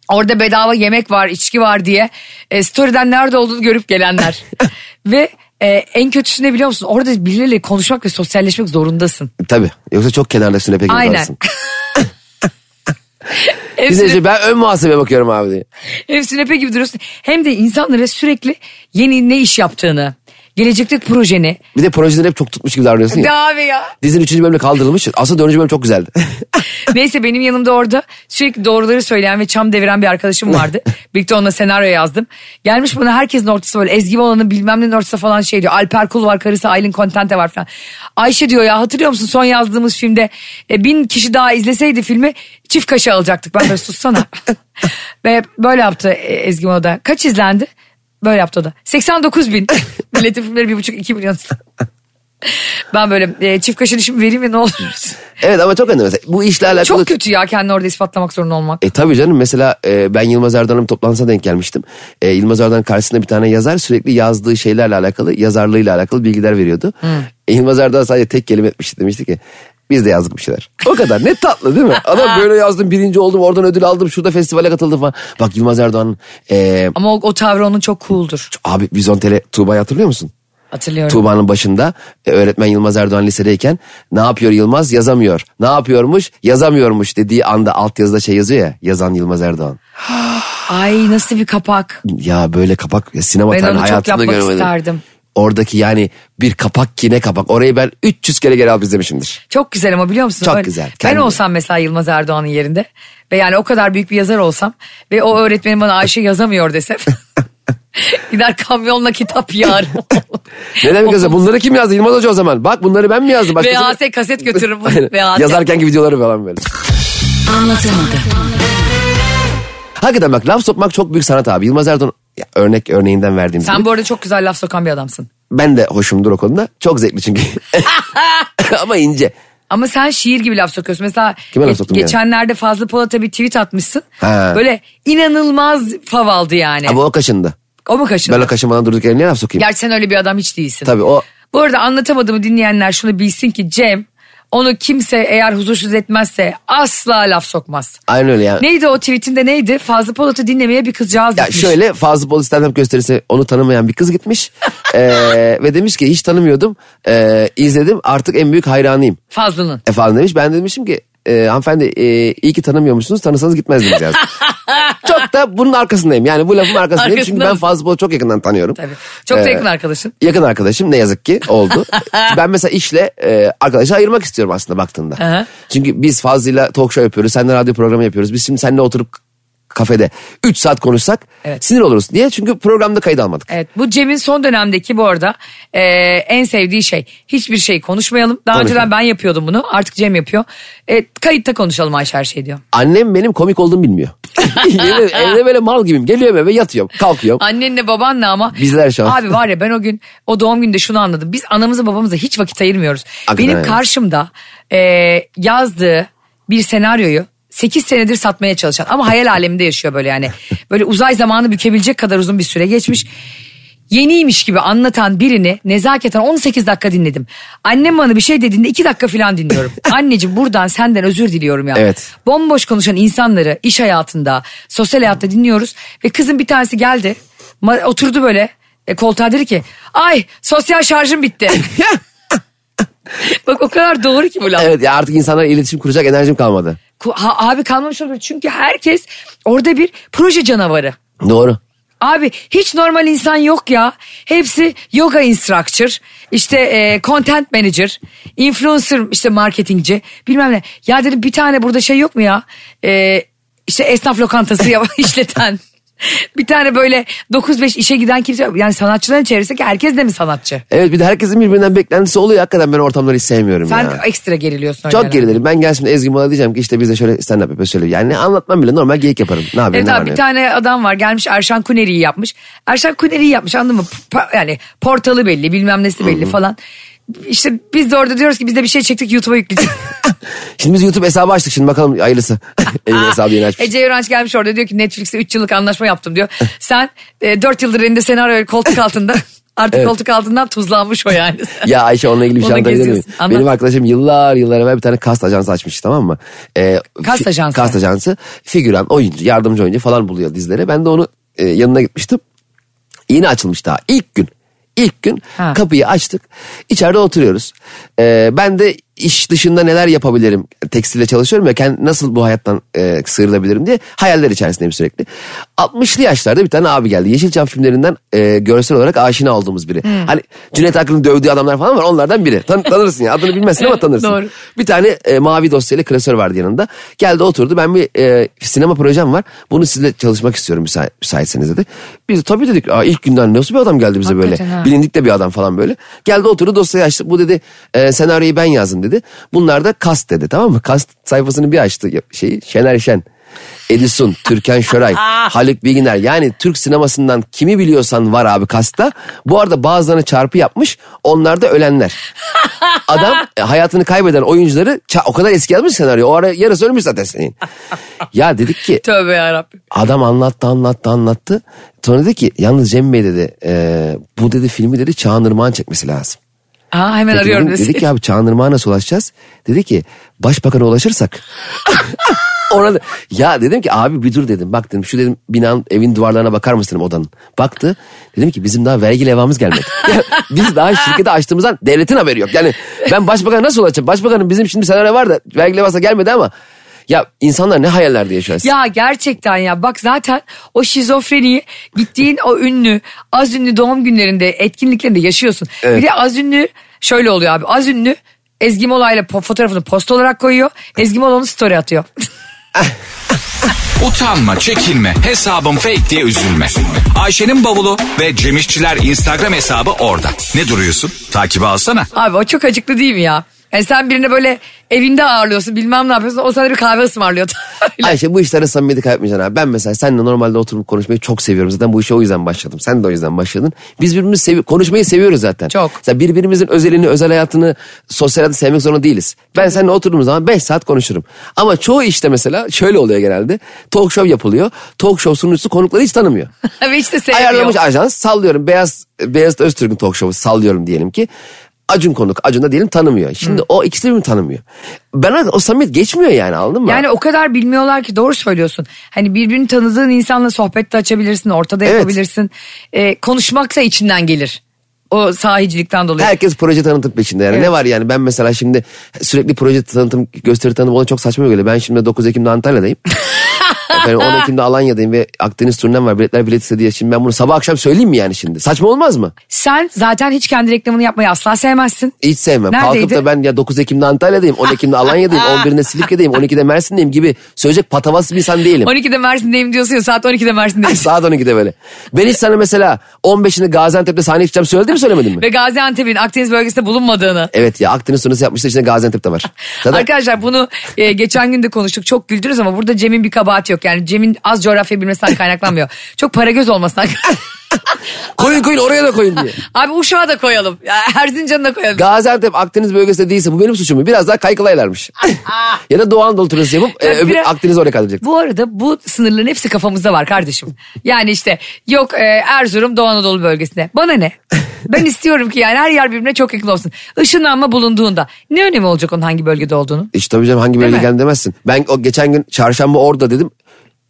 S2: Orada bedava yemek var içki var diye e, storyden nerede olduğunu görüp gelenler. ve e, en kötüsü ne biliyor musun? Orada birileriyle konuşmak ve sosyalleşmek zorundasın.
S3: Tabii. Yoksa çok kenarda sünepe gibi
S2: Aynen.
S3: kalırsın. Biz de işte ben ön muhasebe bakıyorum abi diye.
S2: Hem sünepe gibi duruyorsun. Hem de insanlara sürekli yeni ne iş yaptığını, Geleceklik projeni.
S3: Bir de projeleri hep çok tutmuş gibi davranıyorsun ya.
S2: Abi ya.
S3: Dizinin 3. bölümde kaldırılmış. Aslında 4. bölüm çok güzeldi.
S2: Neyse benim yanımda orada sürekli doğruları söyleyen ve çam deviren bir arkadaşım vardı. Birlikte onunla senaryo yazdım. Gelmiş bana herkesin ortası böyle ezgi olanı bilmem ne ortası falan şey diyor. Alper Kul var karısı Aylin Contente var falan. Ayşe diyor ya hatırlıyor musun son yazdığımız filmde e, bin kişi daha izleseydi filmi çift kaşı alacaktık. Ben böyle sussana. ve böyle yaptı e, Ezgi Mola da. Kaç izlendi? Böyle yaptı o da. 89 bin. Milletin filmleri 1,5-2 milyon. Ben böyle e, çift kaşını şimdi vereyim mi ne olur.
S3: evet ama çok önemli. Mesela E, bu işle alakalı...
S2: Çok kötü ya kendini orada ispatlamak zorunda olmak.
S3: E tabii canım mesela e, ben Yılmaz Erdoğan'ın bir toplantısına denk gelmiştim. E, Yılmaz Erdoğan karşısında bir tane yazar sürekli yazdığı şeylerle alakalı, yazarlığıyla alakalı bilgiler veriyordu.
S2: Hmm.
S3: E, Yılmaz Erdoğan sadece tek kelime etmişti demişti ki biz de yazdık bir şeyler. O kadar ne tatlı değil mi? Adam böyle yazdım birinci oldum oradan ödül aldım şurada festivale katıldım falan. Bak Yılmaz Erdoğan e,
S2: Ama o, o tavrı onun çok cool'dur.
S3: abi Vizontele Tuğba'yı hatırlıyor musun?
S2: Hatırlıyorum.
S3: Tuğba'nın başında e, öğretmen Yılmaz Erdoğan lisedeyken ne yapıyor Yılmaz yazamıyor. Ne yapıyormuş yazamıyormuş dediği anda altyazıda şey yazıyor ya yazan Yılmaz Erdoğan.
S2: Ay nasıl bir kapak.
S3: Ya böyle kapak ya sinema
S2: Ben
S3: tarihinin
S2: onu çok
S3: hayatımda
S2: yapmak
S3: görmedim.
S2: isterdim.
S3: Oradaki yani bir kapak ki ne kapak. Orayı ben 300 kere geri alıp izlemişimdir.
S2: Çok güzel ama biliyor musun?
S3: Çok güzel,
S2: Ben
S3: kendine.
S2: olsam mesela Yılmaz Erdoğan'ın yerinde ve yani o kadar büyük bir yazar olsam ve o öğretmenim bana Ayşe yazamıyor desem. Gider kamyonla kitap yar.
S3: Ne demek yazıyor? Bunları kim yazdı? Yılmaz Hoca o zaman. Bak bunları ben mi yazdım? Başkası mı?
S2: VHS kaset götürürüm.
S3: Aynen.
S2: VHS.
S3: Yazarkenki videoları falan böyle.
S2: Anlatamadım.
S3: Hakikaten bak laf sokmak çok büyük sanat abi. Yılmaz Erdoğan ya, örnek örneğinden verdiğim gibi.
S2: Sen bu arada çok güzel laf sokan bir adamsın.
S3: Ben de hoşumdur o konuda. Çok zevkli çünkü. Ama ince.
S2: Ama sen şiir gibi laf sokuyorsun. Mesela
S3: Kime laf
S2: ge-
S3: soktum
S2: geçenlerde Fazlı Polat'a bir tweet atmışsın.
S3: Ha.
S2: Böyle inanılmaz fav aldı yani.
S3: Ama o kaşındı.
S2: o mu kaşındı?
S3: Ben o kaşınmadan durduk yere niye laf sokayım?
S2: Gerçi sen öyle bir adam hiç değilsin.
S3: Tabii o
S2: Bu arada anlatamadığımı dinleyenler şunu bilsin ki Cem onu kimse eğer huzursuz etmezse asla laf sokmaz.
S3: aynen öyle yani.
S2: Neydi o tweetinde neydi? Fazlı Polat'ı dinlemeye bir kızcağız
S3: Ya
S2: gitmiş.
S3: şöyle Fazlı Polis stand-up gösterisi onu tanımayan bir kız gitmiş. Ee, ve demiş ki hiç tanımıyordum. Ee, izledim artık en büyük hayranıyım.
S2: Fazlı'nın.
S3: E falan demiş. Ben de demişim ki e, hanımefendi e, iyi ki tanımıyormuşsunuz tanısanız gitmezdiniz yazdım. çok da bunun arkasındayım. Yani bu lafın arkasındayım. Çünkü
S2: Arkasında
S3: ben
S2: mısın?
S3: Fazlı Polis'i çok yakından tanıyorum.
S2: Tabii. Çok
S3: Ee,
S2: da yakın arkadaşın.
S3: Yakın arkadaşım ne yazık ki oldu. ben mesela işle e, arkadaşı ayırmak istiyorum aslında baktığında.
S2: Aha.
S3: Çünkü biz Fazlı'yla talk show yapıyoruz. Seninle radyo programı yapıyoruz. Biz şimdi seninle oturup kafede 3 saat konuşsak
S2: Evet.
S3: sinir oluruz. Niye? Çünkü programda kayıt almadık.
S2: Evet bu Cem'in son dönemdeki bu arada e, en sevdiği şey hiçbir şey konuşmayalım. Daha
S3: Konuşalım.
S2: önceden ben yapıyordum bunu artık Cem yapıyor. E, kayıtta konuşalım Ayşe her şey diyor.
S3: Annem benim komik olduğumu bilmiyor. Yemin ederim, Evde böyle mal gibiyim. Geliyorum eve yatıyorum. Kalkıyorum.
S2: Annenle babanla ama.
S3: Bizler şu an.
S2: Abi var ya ben o gün o doğum günde şunu anladım. Biz anamıza babamıza hiç vakit ayırmıyoruz.
S3: Hakikaten
S2: Benim
S3: öyle.
S2: karşımda e, yazdığı bir senaryoyu 8 senedir satmaya çalışan ama hayal aleminde yaşıyor böyle yani. Böyle uzay zamanı bükebilecek kadar uzun bir süre geçmiş. Yeniymiş gibi anlatan birini nezaketen 18 dakika dinledim. Annem bana bir şey dediğinde 2 dakika falan dinliyorum. Anneciğim buradan senden özür diliyorum ya.
S3: Evet.
S2: Bomboş konuşan insanları iş hayatında, sosyal hayatta dinliyoruz. Ve kızın bir tanesi geldi, ma- oturdu böyle e, koltuğa dedi ki... Ay sosyal şarjım bitti. Bak o kadar doğru ki bu laf.
S3: Evet ya artık insanlar iletişim kuracak enerjim kalmadı.
S2: Ku- ha- abi kalmamış olabilir çünkü herkes orada bir proje canavarı.
S3: Doğru.
S2: Abi hiç normal insan yok ya. Hepsi yoga instructor, işte e, content manager, influencer işte marketingci bilmem ne. Ya dedim bir tane burada şey yok mu ya? E, işte esnaf lokantası yap- işleten. bir tane böyle 9-5 işe giden kimse yok. Yani sanatçıların çevresindeki herkes de mi sanatçı?
S3: Evet bir de herkesin birbirinden beklentisi oluyor. Hakikaten ben ortamları hiç sevmiyorum
S2: Sen
S3: ya.
S2: ekstra geriliyorsun. öyle
S3: Çok
S2: herhalde.
S3: gerilerim. Ben gel şimdi Ezgi Mola diyeceğim ki işte biz de şöyle stand up yapıyoruz şöyle. Yani ne anlatmam bile normal geyik yaparım. Ne yapayım
S2: Evet
S3: ne
S2: abi
S3: var ne
S2: bir
S3: yok.
S2: tane adam var gelmiş Erşan Kuneri'yi yapmış. Erşan Kuneri'yi yapmış anladın mı? Pa- yani portalı belli bilmem nesi belli falan. İşte biz de orada diyoruz ki biz de bir şey çektik YouTube'a yükleyeceğiz.
S3: Şimdi biz YouTube hesabı açtık şimdi bakalım hayırlısı. Evin hesabı yeni açmış.
S2: Ece Yoranç gelmiş orada diyor ki Netflix'e 3 yıllık anlaşma yaptım diyor. Sen 4 yıldır elinde senaryo koltuk altında artık koltuk altından tuzlanmış o yani.
S3: Ya Ayşe onunla ilgili bir şey
S2: Onu
S3: anlatabilir miyim?
S2: geziyorsun. Anlat.
S3: Benim arkadaşım yıllar yıllar evvel bir tane kast ajansı açmış tamam mı? Ee,
S2: Kast
S3: fi-
S2: ajansı.
S3: Kast ajansı. Figüran, oyuncu, yardımcı oyuncu falan buluyor dizilere. Ben de onu e, yanına gitmiştim. Yeni açılmış daha. İlk gün. İlk gün
S2: Ha.
S3: kapıyı açtık. İçeride oturuyoruz. Ee, ben de iş dışında neler yapabilirim? Tekstilde çalışıyorum ya kend- nasıl bu hayattan e, sıyrılabilirim diye hayaller içerisindeyim sürekli. 60'lı yaşlarda bir tane abi geldi. Yeşilçam filmlerinden e, görsel olarak aşina olduğumuz biri. Hani Cüneyt Akın'ın dövdüğü adamlar falan var onlardan biri. Tan- tanırsın ya adını bilmezsin ama tanırsın.
S2: Doğru.
S3: Bir tane e, mavi dosyayla klasör vardı yanında. Geldi oturdu. Ben bir e, sinema projem var. Bunu sizinle çalışmak istiyorum müsa- müsaitseniz dedi. Biz de tabii dedik. Aa, ilk günden nasıl bir adam geldi bize
S2: Hakikaten
S3: böyle.
S2: ha.
S3: Bilindik de bir adam falan böyle. Geldi oturdu dosyayı açtı. Bu dedi e, senaryoyu ben yazdım dedi. Bunlar da kast dedi tamam mı? Kast sayfasını bir açtı ya- şeyi. Şener Şen. Edison, Türkan Şoray, Ah! Haluk Bilginer. Yani Türk sinemasından kimi biliyorsan var abi kasta. Bu arada bazılarına çarpı yapmış. Onlar da ölenler. Adam e, hayatını kaybeden oyuncuları ça- o kadar eski yazmış ki senaryo. O ara yarısı ölmüş zaten senin. ya dedik ki
S2: Tövbe yarabbim.
S3: adam anlattı anlattı anlattı. Sonra dedi ki yalnız Cem Bey dedi e, bu dedi filmi dedi Çağan Irmak'ın çekmesi lazım.
S2: Ha hemen
S3: Peki
S2: arıyorum
S3: dedim,
S2: desin.
S3: Dedik ki abi Çağan Irmak'a nasıl ulaşacağız? Dedi ki başbakana ulaşırsak. Ona da- ya dedim ki abi bir dur dedim. Bak dedim şu dedim binanın evin duvarlarına bakar mısın dedim odanın. Baktı. Dedim ki bizim daha vergi levhamız gelmedi. Ya biz daha şirketi açtığımızdan devletin haberi yok. Yani ben başbakana nasıl ulaşacağım? Başbakanın bizim şimdi senaryo var da vergi levhası gelmedi ama. Ya insanlar ne hayallerde yaşıyor. aslında.
S2: Ya gerçekten ya bak zaten o şizofreniyi gittiğin o ünlü az ünlü doğum günlerinde etkinliklerinde yaşıyorsun.
S3: Evet.
S2: Bir de az ünlü şöyle oluyor abi az ünlü Ezgi Mola'yla po- fotoğrafını post olarak koyuyor. Ezgi Mola onu story atıyor.
S1: Utanma, çekinme, hesabım fake diye üzülme. Ayşe'nin bavulu ve Cemişçiler Instagram hesabı orada. Ne duruyorsun? Takibi alsana.
S2: abi o çok acıklı değil mi ya? Yani sen birini böyle evinde ağırlıyorsun bilmem ne yapıyorsun o sana bir kahve ısmarlıyor.
S3: Ayşe bu işlere samimiyeti kaybetmeyeceksin abi. Ben mesela seninle normalde oturup konuşmayı çok seviyorum. Zaten bu işe o yüzden başladım. Sen de o yüzden başladın. Biz birbirimizi sevi konuşmayı seviyoruz zaten.
S2: Çok.
S3: Mesela birbirimizin özelini, özel hayatını, sosyal hayatı sevmek zorunda değiliz. Ben seninle oturduğum zaman 5 saat konuşurum. Ama çoğu işte mesela şöyle oluyor genelde. Talk show yapılıyor. Talk show sunucusu konukları hiç tanımıyor.
S2: Ve işte sevmiyor.
S3: Ayarlamış ajans sallıyorum. Beyaz Beyaz Öztürk'ün talk show'u sallıyorum diyelim ki. Acun konuk. Acun da diyelim tanımıyor. Şimdi o ikisi de birbirini tanımıyor. Ben o samimiyet geçmiyor yani anladın mı?
S2: Yani o kadar bilmiyorlar ki doğru söylüyorsun. Hani birbirini tanıdığın insanla sohbet de açabilirsin, ortada
S3: Evet.
S2: yapabilirsin. Ee, konuşmak da içinden gelir. O sahicilikten dolayı.
S3: Herkes proje tanıtım peşinde yani.
S2: Evet.
S3: Ne var yani ben mesela şimdi sürekli proje tanıtım gösteri tanıtım ona çok saçma geliyor. Ben şimdi 9 Ekim'de Antalya'dayım. Efendim 10 Ekim'de Alanya'dayım ve Akdeniz turnem var. Biletler bilet istedi ya. Şimdi ben bunu sabah akşam söyleyeyim mi yani şimdi? Saçma olmaz mı?
S2: Sen zaten hiç kendi reklamını yapmayı asla sevmezsin.
S3: Hiç sevmem.
S2: Neredeydi?
S3: Kalkıp da ben ya 9 Ekim'de Antalya'dayım, 10 Ekim'de Alanya'dayım, 11'inde Silifke'deyim, 12'de Mersin'deyim gibi söyleyecek patavatsız bir insan değilim.
S2: 12'de Mersin'deyim diyorsun ya saat 12'de Mersin'deyim.
S3: Saat 12'de böyle. Ben hiç sana mesela 15'inde Gaziantep'te sahne çıkacağım söyledim mi söylemedim mi?
S2: Ve Gaziantep'in Akdeniz bölgesinde bulunmadığını.
S3: Evet ya Akdeniz turnesi yapmışlar içinde Gaziantep'te var. Zaten
S2: Arkadaşlar bunu e, geçen gün de konuştuk. Çok güldünüz ama burada Cem'in bir kabahati yok. Yani Cem'in az coğrafya bilmesinden kaynaklanmıyor. Çok para göz olmasından.
S3: koyun koyun oraya da koyun diye.
S2: Abi Uşak'a da koyalım. Ya Erzincan'a da koyalım.
S3: Gaziantep Akdeniz bölgesinde değilse bu benim suçum mu? Biraz daha kaykılaylarmış. ya da Doğu Anadolu turası yapıp e,
S2: Tabii
S3: öbür
S2: Ah, biraz-
S3: Akdeniz oraya kaydıracak.
S2: Bu arada bu sınırların hepsi kafamızda var kardeşim. Yani işte yok e, Erzurum Doğu Anadolu bölgesinde. Bana ne? Ben istiyorum ki yani her yer birbirine çok yakın olsun. Işınlanma bulunduğunda ne önemi olacak onun hangi bölgede olduğunu?
S3: İşte tabii canım hangi bölge
S2: mi?
S3: geldi demezsin. Ben o geçen gün çarşamba orada dedim.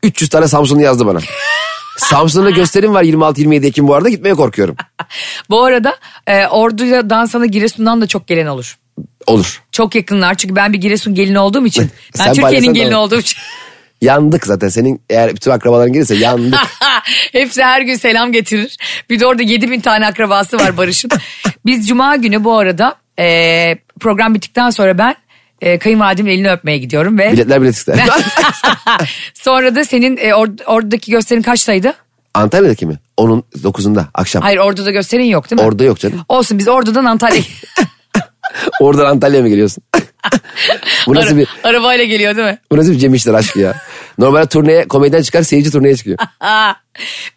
S3: 300 tane Samsunlu yazdı bana. Samsun'da gösterim var 26-27 Ekim bu arada gitmeye korkuyorum.
S2: Bu arada e, Ordu'ya dansana Giresun'dan da çok gelen olur.
S3: Olur.
S2: Çok yakınlar çünkü ben bir Giresun gelini olduğum için. Ben
S3: Sen
S2: Türkiye'nin
S3: paylaşsan
S2: gelini
S3: da-
S2: olduğum için.
S3: Yandık zaten senin eğer bütün akrabaların gelirse yandık.
S2: Hepsi her gün selam getirir. Bir de orada 7000 bin tane akrabası var Barış'ın. Biz cuma günü bu arada e, program bittikten sonra ben e, kayınvalidemin elini öpmeye gidiyorum ve
S3: Biletler bilet ister.
S2: sonra da senin e, or- oradaki gösterin kaçtaydı?
S3: Antalya'daki mi? Onun 9'unda akşam.
S2: Hayır Ordu'da gösterin yok değil mi?
S3: Orada yok canım.
S2: Olsun biz Ordu'dan Antalya'ya
S3: Oradan Antalya'ya mı geliyorsun? bu nasıl bir
S2: Ara- arabayla geliyor değil mi?
S3: bu nasıl bir Cem İşler aşkı ya? Normalde turneye komediden çıkar seyirci turneye çıkıyor.
S2: Aa,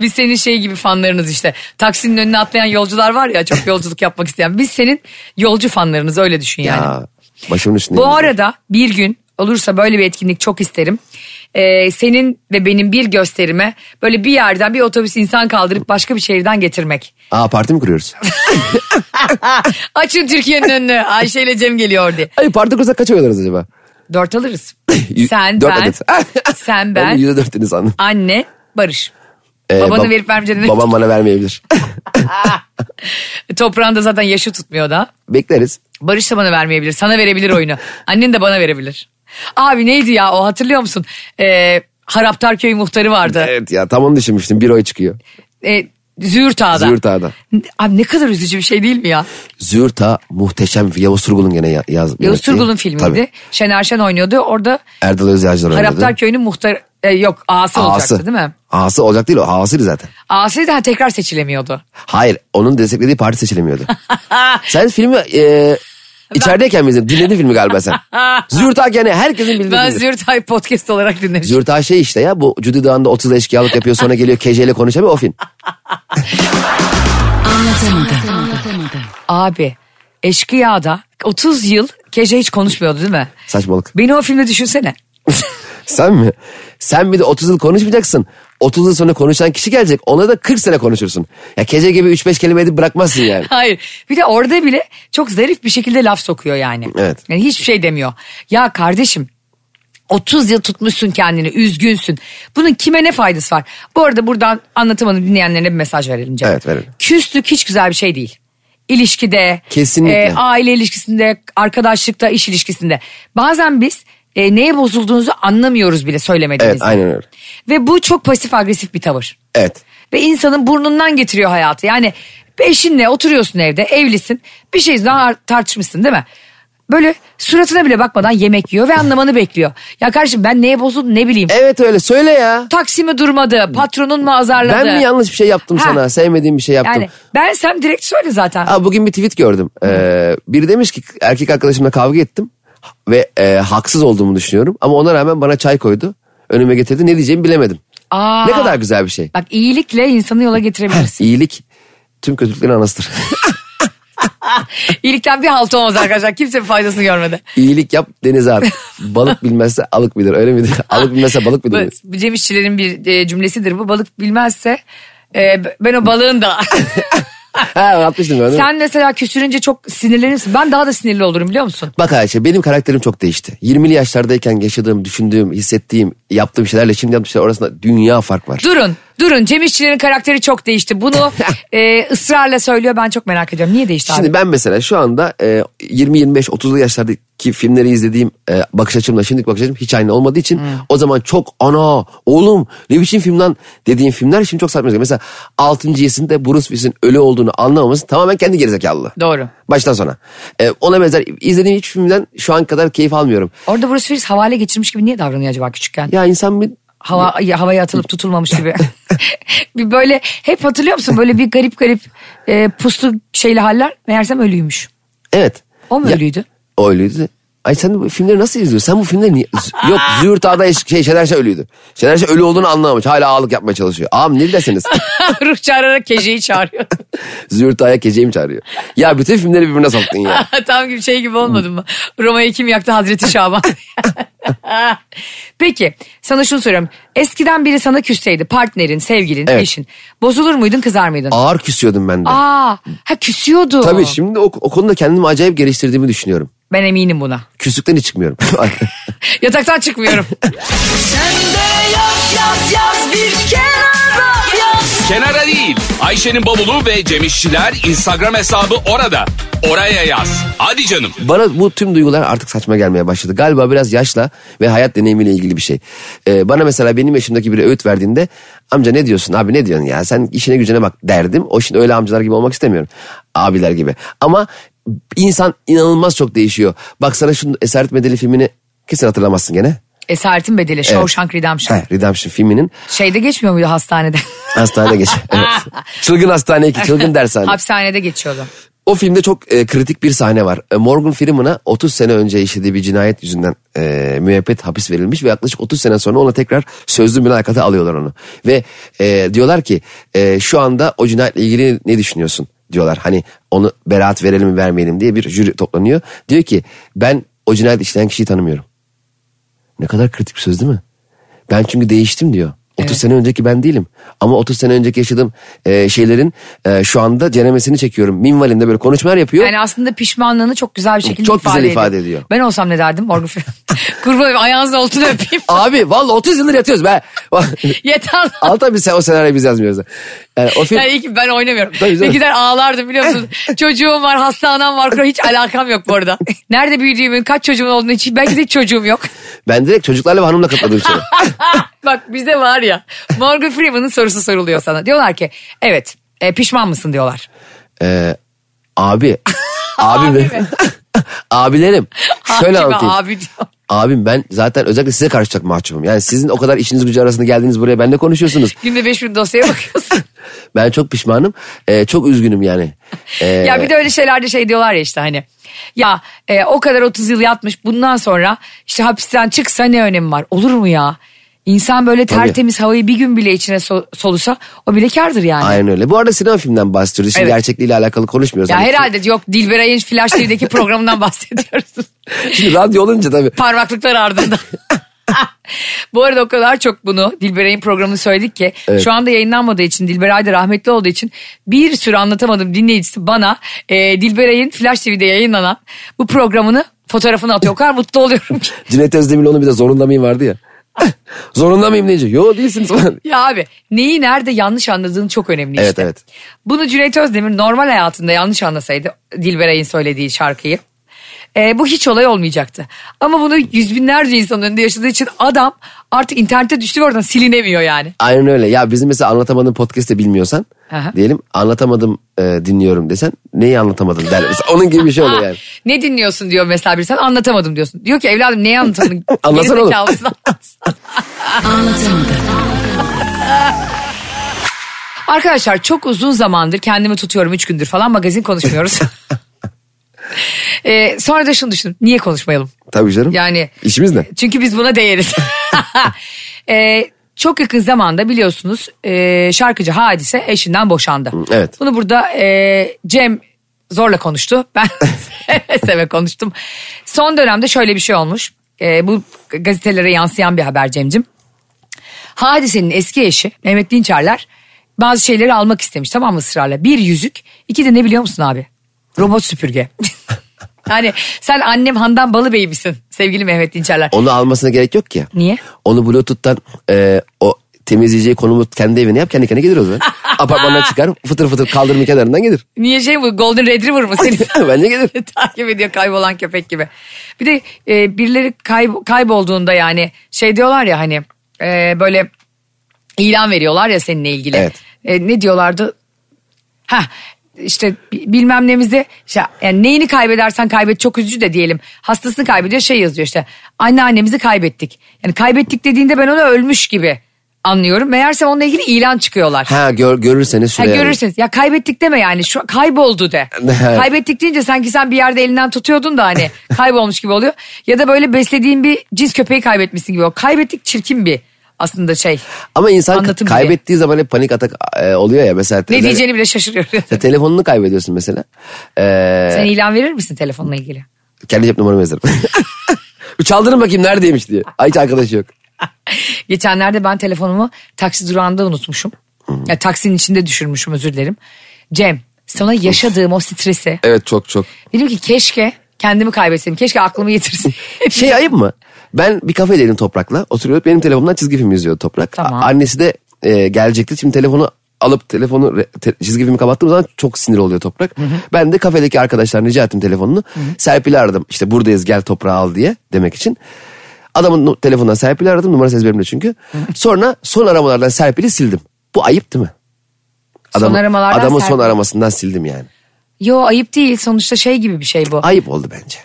S2: biz senin şey gibi fanlarınız işte. Taksinin önüne atlayan yolcular var ya çok yolculuk yapmak isteyen. Biz senin yolcu fanlarınız öyle düşün yani.
S3: Ya, başımın üstünde.
S2: Bu arada bir gün olursa böyle bir etkinlik çok isterim. Ee, senin ve benim bir gösterime böyle bir yerden bir otobüs insan kaldırıp başka bir şehirden getirmek.
S3: Aa parti mi kuruyoruz?
S2: Açın Türkiye'nin önünü Ayşe ile Cem geliyor diye.
S3: Ay parti kursak kaç oy alırız acaba?
S2: Dört alırız.
S3: Y-
S2: sen
S3: dört
S2: ben.
S3: adet.
S2: sen
S3: Ben
S2: ben.
S3: yüzde dört dedin sandım.
S2: Anne Barış.
S3: Ee,
S2: Babanı
S3: bab-
S2: verip vermeyeceğini.
S3: Babam bana vermeyebilir.
S2: Toprağın da zaten yaşı tutmuyor da.
S3: Bekleriz.
S2: Barış da bana vermeyebilir. Sana verebilir oyunu. Annen de bana verebilir. Abi neydi ya o hatırlıyor musun? Ee, Haraptar Köyü muhtarı vardı.
S3: Evet ya tam onu düşünmüştüm. Bir oy çıkıyor.
S2: Ee, Züğürt Ağa'da.
S3: Züğürt Ağa'da.
S2: Abi ne kadar üzücü bir şey değil mi ya?
S3: Zürta muhteşem. Yavuz Turgul'un gene ya- yaz.
S2: Yavuz
S3: yönettiği.
S2: Turgul'un filmiydi.
S3: Tabii.
S2: Şener Şen oynuyordu. Orada
S3: Erdal Özyağcılar oynadı.
S2: Haraptar Köyü'nün muhtarı... e, yok ağası, olacaktı değil mi?
S3: Ağası olacak değil o. Ağasıydı zaten.
S2: Ağası da tekrar seçilemiyordu.
S3: Hayır onun desteklediği parti seçilemiyordu. sen filmi e, içerideyken mi izledin? Dinledin filmi galiba sen. Zürta gene herkesin bildiği
S2: Ben
S3: filmi.
S2: Züğürt Ağa'yı podcast olarak dinlemiştim.
S3: Züğürt Ağa şey işte ya bu Cudi Dağı'nda 30 eşkıyalık yapıyor sonra geliyor KJ'yle konuşamıyor o film.
S2: Abi Eşkıya'da 30 yıl Kece hiç konuşmuyordu değil mi?
S3: Saçmalık.
S2: Beni o filmde düşünsene.
S3: Sen mi? Sen bir de 30 yıl konuşmayacaksın. 30 yıl sonra konuşan kişi gelecek. Ona da 40 sene konuşursun. Ya KJ gibi 3-5 kelime edip bırakmazsın yani.
S2: Hayır. Bir de orada bile çok zarif bir şekilde laf sokuyor yani.
S3: Evet.
S2: Yani hiçbir şey demiyor. Ya kardeşim 30 yıl tutmuşsun kendini, üzgünsün. Bunun kime ne faydası var? Bu arada buradan anlatamadım dinleyenlerine bir mesaj verelim canım.
S3: Evet, verelim.
S2: Küslük hiç güzel bir şey değil. İlişkide, e,
S3: Kesinlikle.
S2: aile ilişkisinde, arkadaşlıkta, iş ilişkisinde. Bazen biz e, neye bozulduğunuzu anlamıyoruz bile söylemediğinizde.
S3: Evet aynen öyle.
S2: Ve bu çok pasif agresif bir tavır.
S3: Evet.
S2: Ve insanın burnundan getiriyor hayatı. Yani eşinle oturuyorsun evde evlisin bir şey daha tartışmışsın değil mi? Böyle suratına bile bakmadan yemek yiyor ve anlamanı bekliyor. Ya kardeşim ben neye bozuldum ne bileyim.
S3: Evet öyle söyle ya.
S2: Taksi mi durmadı patronun mu azarladı?
S3: Ben mi yanlış bir şey yaptım
S2: Ha.
S3: sana? Sevmediğim bir şey yaptım.
S2: Yani bensem direkt söyle zaten.
S3: Ha, bugün bir tweet gördüm. Ee, biri demiş ki erkek arkadaşımla kavga ettim ve e, haksız olduğumu düşünüyorum. Ama ona rağmen bana çay koydu. Önüme getirdi. Ne diyeceğimi bilemedim.
S2: Aa.
S3: Ne kadar güzel bir şey.
S2: Bak iyilikle insanı yola getirebilirsin.
S3: İyilik tüm kötülüklerin anasıdır.
S2: İyilikten bir halt olmaz arkadaşlar. Kimse bir faydasını görmedi.
S3: İyilik yap denize at. Balık bilmezse alık bilir. Öyle midir? Alık bilmezse balık bilir.
S2: Bu- Bu Cem İşçilerin bir e, cümlesidir. Bu balık bilmezse e, ben o balığın da...
S3: ha anlatmıştım ben. Sen...
S2: Sen mesela küsürünce çok sinirlenir misin? Ben daha da sinirli olurum biliyor musun?
S3: Bak Ayşe benim karakterim çok değişti. 20'li yaşlardayken yaşadığım, düşündüğüm, hissettiğim, yaptığım şeylerle şimdi yaptığım şeyler arasında dünya fark var.
S2: Durun, durun. Cem İşçilerin karakteri çok değişti. Bunu e, ısrarla söylüyor. Ben çok merak ediyorum. Niye değişti abi?
S3: Şimdi ben mesela şu anda e, 20-25-30'lu yaşlardaki filmleri izlediğim e, bakış açımla şimdiki bakış açım hiç aynı olmadığı
S2: Hmm.
S3: için o zaman çok ana oğlum ne biçim film lan dediğim filmler şimdi çok saçma. Mesela 6. yesinde Bruce Willis'in ölü olduğunu anlamaması tamamen kendi gerizekalılığı.
S2: Doğru.
S3: Baştan sona. E, ona benzer izlediğim hiç filmden şu an kadar keyif almıyorum.
S2: Orada Bruce Willis havale geçirmiş gibi niye davranıyor acaba küçükken?
S3: Ya insan bir
S2: Hava, ya, havaya atılıp tutulmamış gibi. bir böyle hep hatırlıyor musun? Böyle bir garip garip e, puslu şeyli haller. Meğersem ölüymüş.
S3: evet.
S2: O mu
S3: Ya-
S2: ölüydü?
S3: O ölüydü. Ay sen bu filmleri nasıl izliyorsun? Sen bu filmleri niye... Z- Yok Züğürt Ağa'da eş- şey, Şener Şen ölüydü. Şener Şen ölü olduğunu anlamamış. Hala ağalık yapmaya çalışıyor. Ağam ne dersiniz?
S2: Ruh çağırarak Keje'yi çağırıyor.
S3: Züğürt Ağa'ya geceyi mi çağırıyor? Ya bütün filmleri birbirine soktun ya.
S2: Tam gibi şey gibi olmadım mı? Roma'yı kim yaktı Hazreti Şaban. Peki sana şunu soruyorum. Eskiden biri sana küsseydi partnerin, sevgilin,
S3: Evet.
S2: eşin. Bozulur muydun kızar mıydın?
S3: Ağır küsüyordum ben de.
S2: Aa, ha küsüyordu.
S3: Tabii şimdi o, o konuda kendimi acayip geliştirdiğimi düşünüyorum.
S2: Ben eminim buna.
S3: Küslükten hiç çıkmıyorum.
S2: Yataktan çıkmıyorum.
S1: Kenara değil. Ayşe'nin bavulu ve Cemişçiler Instagram hesabı orada. Oraya yaz. Hadi canım.
S3: Bana bu tüm duygular artık saçma gelmeye başladı. Galiba biraz yaşla ve hayat deneyimiyle ilgili bir şey. Ee, bana mesela benim yaşımdaki biri öğüt verdiğinde amca ne diyorsun abi ne diyorsun ya sen işine gücüne bak derdim. O şimdi öyle amcalar gibi olmak istemiyorum. Abiler gibi. Ama insan inanılmaz çok değişiyor. Bak sana şu Esaret Bedeli filmini kesin hatırlamazsın gene.
S2: Esaretin bedeli. Shawshank Redemption.
S3: Ha, Redemption filminin
S2: Şeyde geçmiyor muydu hastanede?
S3: hastanede geç. Evet. Çılgın hastane iki, çılgın dershane.
S2: Hapishanede geçiyordu.
S3: O filmde çok e, kritik bir sahne var. E, Morgan Freeman'a 30 sene önce işlediği bir cinayet yüzünden e, müebbet hapis verilmiş ve yaklaşık 30 sene sonra ona tekrar sözlü mülakata alıyorlar onu. Ve e, diyorlar ki e, şu anda o cinayetle ilgili ne düşünüyorsun diyorlar. Hani onu beraat verelim mi vermeyelim diye bir jüri toplanıyor. Diyor ki ben o cinayet işleyen kişiyi tanımıyorum. Ne kadar kritik bir söz değil mi? Ben çünkü değiştim diyor. 30 sene önceki ben değilim. Ama 30 sene önceki yaşadığım e, şeylerin e, şu anda ceremesini çekiyorum. Minvalinde böyle konuşmalar yapıyor.
S2: Yani aslında pişmanlığını çok güzel bir şekilde
S3: Çok
S2: ifade
S3: güzel
S2: ediyor.
S3: ifade ediyor.
S2: Ben olsam ne derdim? Morgan Freeman. Kurban olayım ayağınızın altını öpeyim.
S3: Abi vallahi 30 yıldır yatıyoruz be.
S2: Yeter lan.
S3: Altan biz o senaryoyu biz yazmıyoruz. Yani o film
S2: Yani iyi ki ben oynamıyorum.
S3: Tabii canım.
S2: Ne gider ağlardım biliyor musun? Çocuğum var, hasta anam var. Hiç alakam yok bu arada. Nerede büyüdüğümün, kaç çocuğumun olduğunu hiç, belki de hiç çocuğum yok.
S3: ben direkt çocuklarla ve hanımla katladım içeri.
S2: Bak bizde var ya. Morgan Freeman'ın sorusu soruluyor sana. Diyorlar ki evet e, pişman mısın diyorlar.
S3: Ee, abi. abim. Abilerim. Şöyle
S2: Hakime
S3: anlatayım.
S2: Abi diyor.
S3: Abim ben zaten özellikle size karşı çok mahcubum. Yani sizin o kadar işiniz gücü arasında geldiniz buraya benimle konuşuyorsunuz.
S2: Günde 5000 dosyaya bakıyorsun.
S3: Ben çok pişmanım. Ee, çok üzgünüm yani. Ee,
S2: ya bir de öyle şeylerde şey diyorlar ya işte hani. Ya e, o kadar 30 yıl yatmış bundan sonra işte hapisten çıksa ne önemi var? Olur mu ya? İnsan böyle
S3: Tabii.
S2: tertemiz havayı bir gün bile içine so- solusa o bile kardır yani.
S3: Aynen öyle. Bu arada sinema filmden bahsediyoruz. Şimdi
S2: Evet.
S3: gerçekliğiyle alakalı konuşmuyoruz.
S2: Ya
S3: Hani
S2: herhalde yok Dilberay Ayınç Flash TV'deki programından bahsediyoruz.
S3: Şimdi radyo olunca tabii.
S2: Parmaklıklar ardında. Bu arada o kadar çok bunu Dilberay'ın programını söyledik ki şu anda yayınlanmadığı için Dilberay da rahmetli olduğu için bir sürü anlatamadım dinleyicisi bana e, Dilberay'ın Flash TV'de yayınlanan bu programını fotoğrafını atıyor. O kadar mutlu oluyorum ki.
S3: Cüneyt Özdemir onun bir de zorunda mıyım vardı ya. zorunda mıyım deyince. Yo değilsiniz falan.
S2: Ya abi neyi nerede yanlış anladığın çok önemli
S3: Evet,
S2: işte.
S3: evet.
S2: Bunu Cüneyt Özdemir normal hayatında yanlış anlasaydı Dilberay'ın söylediği şarkıyı. e, bu hiç olay olmayacaktı. Ama bunu yüz binlerce insanın önünde yaşadığı için adam artık internete düştü ve oradan silinemiyor yani.
S3: Aynen öyle. Ya bizim mesela anlatamadığım podcast'te bilmiyorsan
S2: Aha.
S3: diyelim anlatamadım e, dinliyorum desen neyi anlatamadın der. Mesela onun gibi bir şey oluyor
S2: Aa,
S3: yani.
S2: Ne dinliyorsun diyor mesela bir sen anlatamadım diyorsun. Diyor ki evladım neyi anlatamadın?
S3: Anlatsana oğlum.
S2: Gerizekalısın, anlatsana. Arkadaşlar çok uzun zamandır kendimi tutuyorum üç gündür falan magazin konuşmuyoruz. Ee, sonra da şunu düşündüm niye konuşmayalım?
S3: Tabii canım.
S2: Yani
S3: İşimiz ne?
S2: Çünkü biz buna değeriz. Ee, çok yakın zamanda biliyorsunuz e, şarkıcı Hadise eşinden boşandı.
S3: evet.
S2: Bunu burada e, Cem zorla konuştu. Ben seve seve konuştum. Son dönemde şöyle bir şey olmuş. E, bu gazetelere yansıyan bir haber Cem'cim. Hadisenin eski eşi Mehmet Dinçerler bazı şeyleri almak istemiş tamam mı ısrarla. Bir yüzük iki de ne biliyor musun abi? Robot süpürge. yani sen annem Handan Balıbey misin sevgili Mehmet Dinçerler?
S3: Onu almasına gerek yok ki.
S2: Niye?
S3: Onu Bluetooth'tan e, o temizleyeceği konumu kendi evine yap kendi kendine gelir o zaman. Apartmandan çıkar fıtır fıtır kaldırımın kenarından gelir.
S2: Niye şey bu Golden Retriever mı senin?
S3: Bence gelir.
S2: takip ediyor kaybolan köpek gibi. Bir de e, birileri kayb- kaybolduğunda yani şey diyorlar ya hani e, böyle ilan veriyorlar ya seninle ilgili.
S3: Evet.
S2: E, ne diyorlardı? Ha işte bi- bilmem nemizi işte, yani neyini kaybedersen kaybet çok üzücü de diyelim. Hastasını kaybediyor şey yazıyor işte anneannemizi kaybettik. Yani kaybettik dediğinde ben onu ölmüş gibi anlıyorum. Meğerse onunla ilgili ilan çıkıyorlar.
S3: Ha gör, görürseniz
S2: Ha,
S3: şuraya.
S2: görürsünüz. Ya kaybettik deme yani. Şu kayboldu de. kaybettik deyince sanki sen bir yerde elinden tutuyordun da hani kaybolmuş gibi oluyor. Ya da böyle beslediğin bir cins köpeği kaybetmişsin gibi. O kaybettik çirkin bir aslında şey.
S3: Ama insan
S2: Anlatım gibi.
S3: kaybettiği zaman hep panik atak e, oluyor ya mesela.
S2: Ne diyeceğini bile şaşırıyor.
S3: Te- telefonunu kaybediyorsun mesela. Ee,
S2: Sen ilan verir misin telefonla ilgili?
S3: kendi cep numaramı yazarım. Bir Çaldırın bakayım neredeymiş diye. Ay hiç arkadaşı yok.
S2: Geçenlerde ben telefonumu taksi durağında unutmuşum. Ya, taksinin içinde düşürmüşüm özür dilerim. Cem sana yaşadığım o stresi.
S3: Evet çok çok.
S2: Dedim ki keşke kendimi kaybetseydim. Keşke aklımı yitirseydim.
S3: Şey ayıp mı? Ben bir kafedeydim Toprak'la. Oturuyordu benim telefonumdan çizgi film izliyordu Toprak.
S2: Tamam.
S3: A- Annesi de e, gelecekti. Şimdi telefonu alıp telefonu re- te- çizgi filmi kapattığım zaman çok sinir oluyor Toprak. Ben de kafedeki arkadaşlar rica ettim telefonunu. Serpil'i aradım. İşte buradayız gel toprağı al diye demek için. Adamın nu- telefonundan Serpil'i aradım. Numarası ezberimde çünkü. Sonra son aramalardan Serpil'i sildim. Bu ayıp değil mi?
S2: Son aramalardan
S3: adamın son
S2: Serpil.
S3: aramasından sildim yani.
S2: Yo ayıp değil sonuçta şey gibi bir şey bu.
S3: Ayıp oldu bence.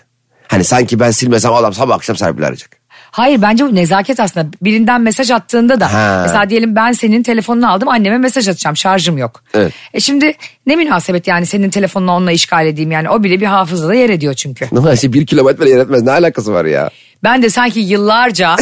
S3: Hani sanki ben silmesem adam sabah akşam Serpil'i arayacak.
S2: Hayır bence bu nezaket aslında. Birinden mesaj attığında da.
S3: Ha.
S2: Mesela diyelim ben senin telefonunu aldım anneme mesaj atacağım şarjım yok.
S3: Evet.
S2: E şimdi ne münasebet yani senin telefonunu onunla işgal edeyim yani o bile bir hafızada yer ediyor çünkü.
S3: Normal şey bir kilometre yer etmez. Ne alakası var ya?
S2: Ben de sanki yıllarca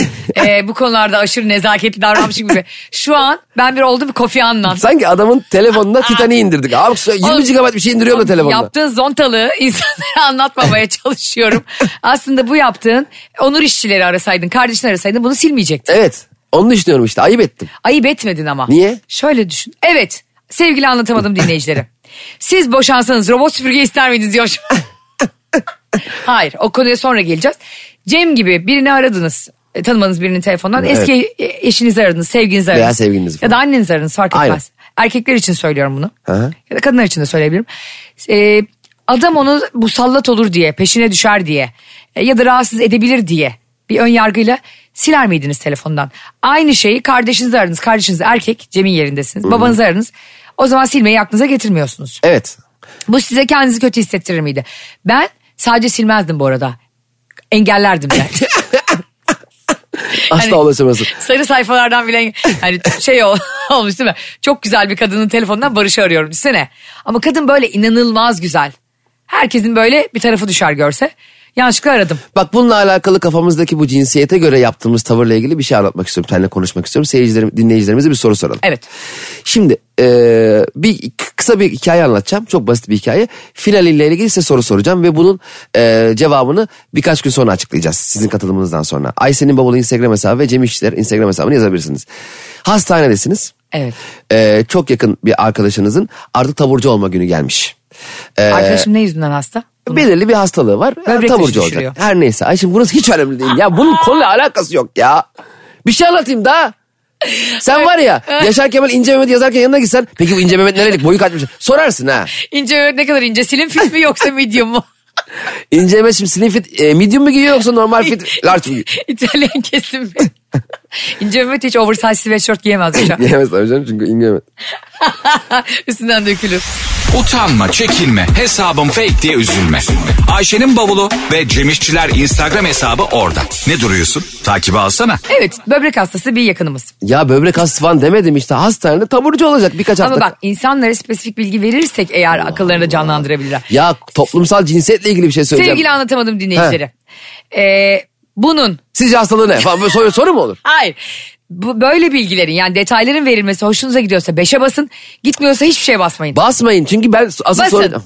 S2: e, bu konularda aşırı nezaketli davranmışım gibi. Şu an ben bir oldum bir Kofi Annan.
S3: Sanki adamın telefonuna Titan'i indirdik. Abi kusura- 20
S2: Oğlum,
S3: GB bir şey indiriyor mu telefonuna?
S2: Yaptığın zontalığı insanlara anlatmamaya çalışıyorum. Aslında bu yaptığın onur işçileri arasaydın, kardeşini arasaydın bunu silmeyecektin.
S3: Evet. Onu düşünüyorum işte ayıp ettim.
S2: Ayıp etmedin ama.
S3: Niye?
S2: Şöyle düşün. Evet sevgili anlatamadım dinleyicilerim. Siz boşansanız robot süpürge ister miydiniz diyor. Hayır o konuya sonra geleceğiz. Cem gibi birini aradınız. e, Tanımadığınız birinin telefonundan
S3: Evet.
S2: eski e, eşinizi aradınız, sevginizi aradınız.
S3: sevgilinizi
S2: Ya da
S3: falan.
S2: annenizi aradınız fark etmez.
S3: Aynen.
S2: Erkekler için söylüyorum bunu.
S3: hı.
S2: Ya da kadınlar için de söyleyebilirim. E, adam onu musallat olur diye, peşine düşer diye e, ya da rahatsız edebilir diye bir ön yargıyla siler miydiniz telefondan? Aynı şeyi kardeşinizi aradınız. Kardeşiniz erkek, Cem'in yerindesiniz. Babanızı aradınız. O zaman silmeyi aklınıza getirmiyorsunuz.
S3: Evet.
S2: Bu size kendinizi kötü hissettirir miydi? Ben sadece silmezdim bu arada. Engellerdim ben.
S3: Asla
S2: Hani-
S3: ulaşamazsın.
S2: Sarı sayfalardan bile hani şey ol- olmuş değil mi? Çok güzel bir kadının telefonundan Barış'ı arıyorum. Düşünsene. Ama kadın böyle inanılmaz güzel. Herkesin böyle bir tarafı düşer görse. Yanlışlıkla aradım.
S3: Bak bununla alakalı kafamızdaki bu cinsiyete göre yaptığımız tavırla ilgili bir şey anlatmak istiyorum. Seninle konuşmak istiyorum. Seyircilerim, dinleyicilerimize bir soru soralım.
S2: Evet.
S3: Şimdi eee, bir kısa bir hikaye anlatacağım. Çok basit bir hikaye. Finaliyle ilgili size soru soracağım ve bunun eee, cevabını birkaç gün sonra açıklayacağız. Sizin katılımınızdan sonra. Ayşe'nin babalı Instagram hesabı ve Cem İşçiler Instagram hesabını yazabilirsiniz. Hastanedesiniz.
S2: Evet.
S3: Eee, çok yakın bir arkadaşınızın artık taburcu olma günü gelmiş. Eee,
S2: Arkadaşım ne yüzünden hasta? Bunu-
S3: belirli bir hastalığı var.
S2: Böbrek
S3: taburcu
S2: taşı
S3: olacak.
S2: düşürüyor.
S3: Her neyse. Ay şimdi burası hiç önemli değil. Ya bunun konuyla alakası yok ya. Bir şey anlatayım da. Sen var ya Yaşar Kemal İnce Mehmet yazarken yanına gitsen. Peki bu İnce Mehmet nerelik boyu kaçmış? Sorarsın ha.
S2: İnce ne kadar ince? Slim fit mi yoksa medium mu?
S3: İnce Mehmet şimdi slim fit e, medium mu giyiyor yoksa normal fit large mı giyiyor?
S2: İtalyan kesim mi? İnce Mehmet hiç oversize sweatshirt giyemez hocam.
S3: Giyemez tabii canım çünkü İnce Mehmet.
S2: Üstünden dökülür.
S1: Utanma, çekinme, hesabım fake diye üzülme. Ayşe'nin bavulu ve Cemişçiler Instagram hesabı orada. Ne duruyorsun? Takibi alsana.
S2: Evet böbrek hastası bir yakınımız.
S3: Ya böbrek hastası falan demedim işte hastanede taburcu olacak birkaç hafta.
S2: Ama bak insanlara spesifik bilgi verirsek eğer akıllarını canlandırabilirler.
S3: Ya toplumsal cinsiyetle ilgili bir şey söyleyeceğim.
S2: Sevgili anlatamadım dinleyicileri. Ee, bunun
S3: Sizce hastalığı ne? Falan böyle soru, soru mu olur?
S2: hayır bu, böyle bilgilerin yani detayların verilmesi hoşunuza gidiyorsa 5'e basın gitmiyorsa hiçbir şeye basmayın.
S3: Basmayın çünkü ben asıl
S2: Basın.
S3: soru...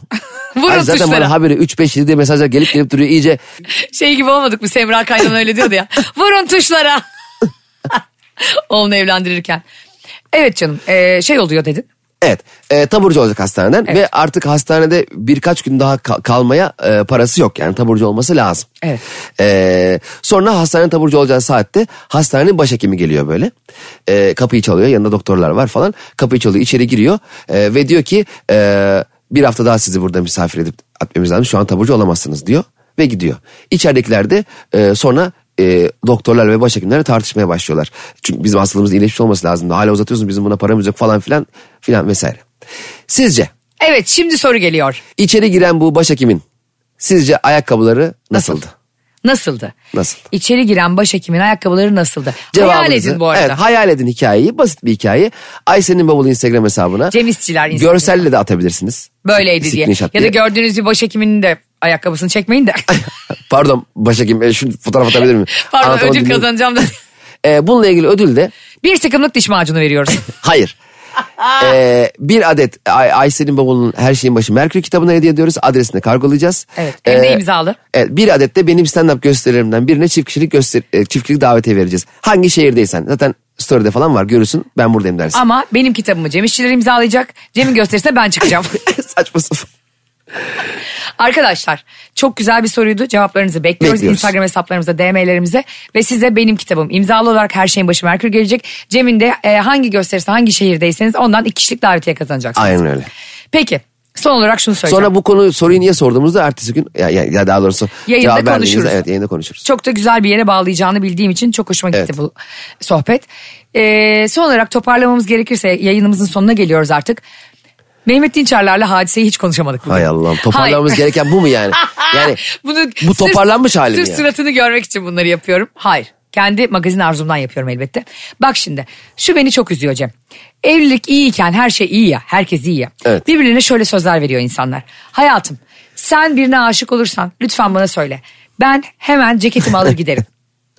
S2: Vurun
S3: Ay zaten
S2: tuşlara.
S3: bana haberi 3-5 diye mesajlar gelip gelip duruyor iyice.
S2: şey gibi olmadık mı Semra Kaynan öyle diyordu ya. Vurun tuşlara. Oğlunu evlendirirken. Evet canım ee, şey oluyor dedin.
S3: Evet e, taburcu olacak hastaneden
S2: Evet.
S3: ve artık hastanede birkaç gün daha ka- kalmaya e, parası yok yani taburcu olması lazım.
S2: Evet.
S3: E, sonra hastanede taburcu olacağı saatte hastanenin başhekimi geliyor böyle E, kapıyı çalıyor yanında doktorlar var falan kapıyı çalıyor içeri giriyor e, ve diyor ki e, bir hafta daha sizi burada misafir edip atmamız lazım şu an taburcu olamazsınız diyor ve gidiyor. İçeridekiler de e, sonra e, doktorlar ve başhekimler tartışmaya başlıyorlar. Çünkü bizim hastalığımız iyileşmiş olması lazım. Hala uzatıyorsun bizim buna paramız yok falan filan filan vesaire. Sizce
S2: Evet şimdi soru geliyor.
S3: içeri giren bu başhekimin sizce ayakkabıları nasıldı?
S2: Nasıldı?
S3: Nasıl?
S2: İçeri giren başhekimin ayakkabıları nasıldı? Hayal
S3: Cevabınızı-
S2: edin bu arada.
S3: Evet, hayal edin hikayeyi. Basit bir hikaye. Ayşe'nin babalı Instagram hesabına.
S2: Cem İşçiler Instagram
S3: Görselle de atabilirsiniz.
S2: Böyleydi diye.
S3: Screenshot
S2: Ya da gördüğünüz bir başhekiminin de ayakkabısını çekmeyin de.
S3: Pardon başhekim e, şu fotoğraf atabilir miyim?
S2: Pardon
S3: Anlatamadım,
S2: ödül
S3: bilmiyorum.
S2: kazanacağım da.
S3: E, bununla ilgili ödül de
S2: bir sıkımlık diş macunu veriyoruz.
S3: Hayır. Ee, bir adet Ay- Aysel'in babulunun her şeyin başı Merkür kitabını hediye ediyoruz. Adresine kargolayacağız. E,
S2: Evet, hem de imzalı.
S3: Evet, bir adet de benim stand-up gösterilerimden birine çift kişilik, göster e, çift kişilik davetiye vereceğiz. Hangi şehirdeysen zaten story'de falan var görürsün ben buradayım dersin.
S2: Ama benim kitabımı Cem İşçiler imzalayacak. Cem'in gösterisine ben çıkacağım.
S3: Saçma sapan.
S2: Arkadaşlar çok güzel bir soruydu. Cevaplarınızı bekliyoruz.
S3: Bekliyoruz.
S2: Instagram hesaplarımıza, DM'lerimize ve size benim kitabım imzalı olarak her şeyin başı Merkür gelecek. Cem'in de e, hangi gösterisi, hangi şehirdeyseniz ondan iki kişilik davetiye kazanacaksınız.
S3: Aynen öyle.
S2: Peki son olarak şunu söyleyeceğim.
S3: Sonra bu konu soruyu niye sorduğumuzda ertesi gün ya, ya, ya daha doğrusu
S2: Yayında
S3: cevap verdiğinizde-
S2: konuşuruz.
S3: Evet yayında konuşuruz.
S2: çok da güzel bir yere bağlayacağını bildiğim için çok hoşuma gitti
S3: Evet.
S2: bu sohbet. Ee, son olarak toparlamamız gerekirse yayınımızın sonuna geliyoruz artık. Mehmet Dinçerler'le hadiseyi hiç konuşamadık. bugün.
S3: Hay Allah'ım toparlamamız
S2: Hayır.
S3: gereken bu mu yani? Yani
S2: Bunu
S3: bu toparlanmış
S2: sırf,
S3: hali mi
S2: Sırf
S3: yani?
S2: suratını görmek için bunları yapıyorum. Hayır. Kendi magazin arzumdan yapıyorum elbette. Bak şimdi şu beni çok üzüyor Cem. Evlilik iyiyken her şey iyi ya. Herkes iyi ya.
S3: Evet.
S2: Birbirine şöyle sözler veriyor insanlar. Hayatım sen birine aşık olursan lütfen bana söyle. Ben hemen ceketimi alır giderim.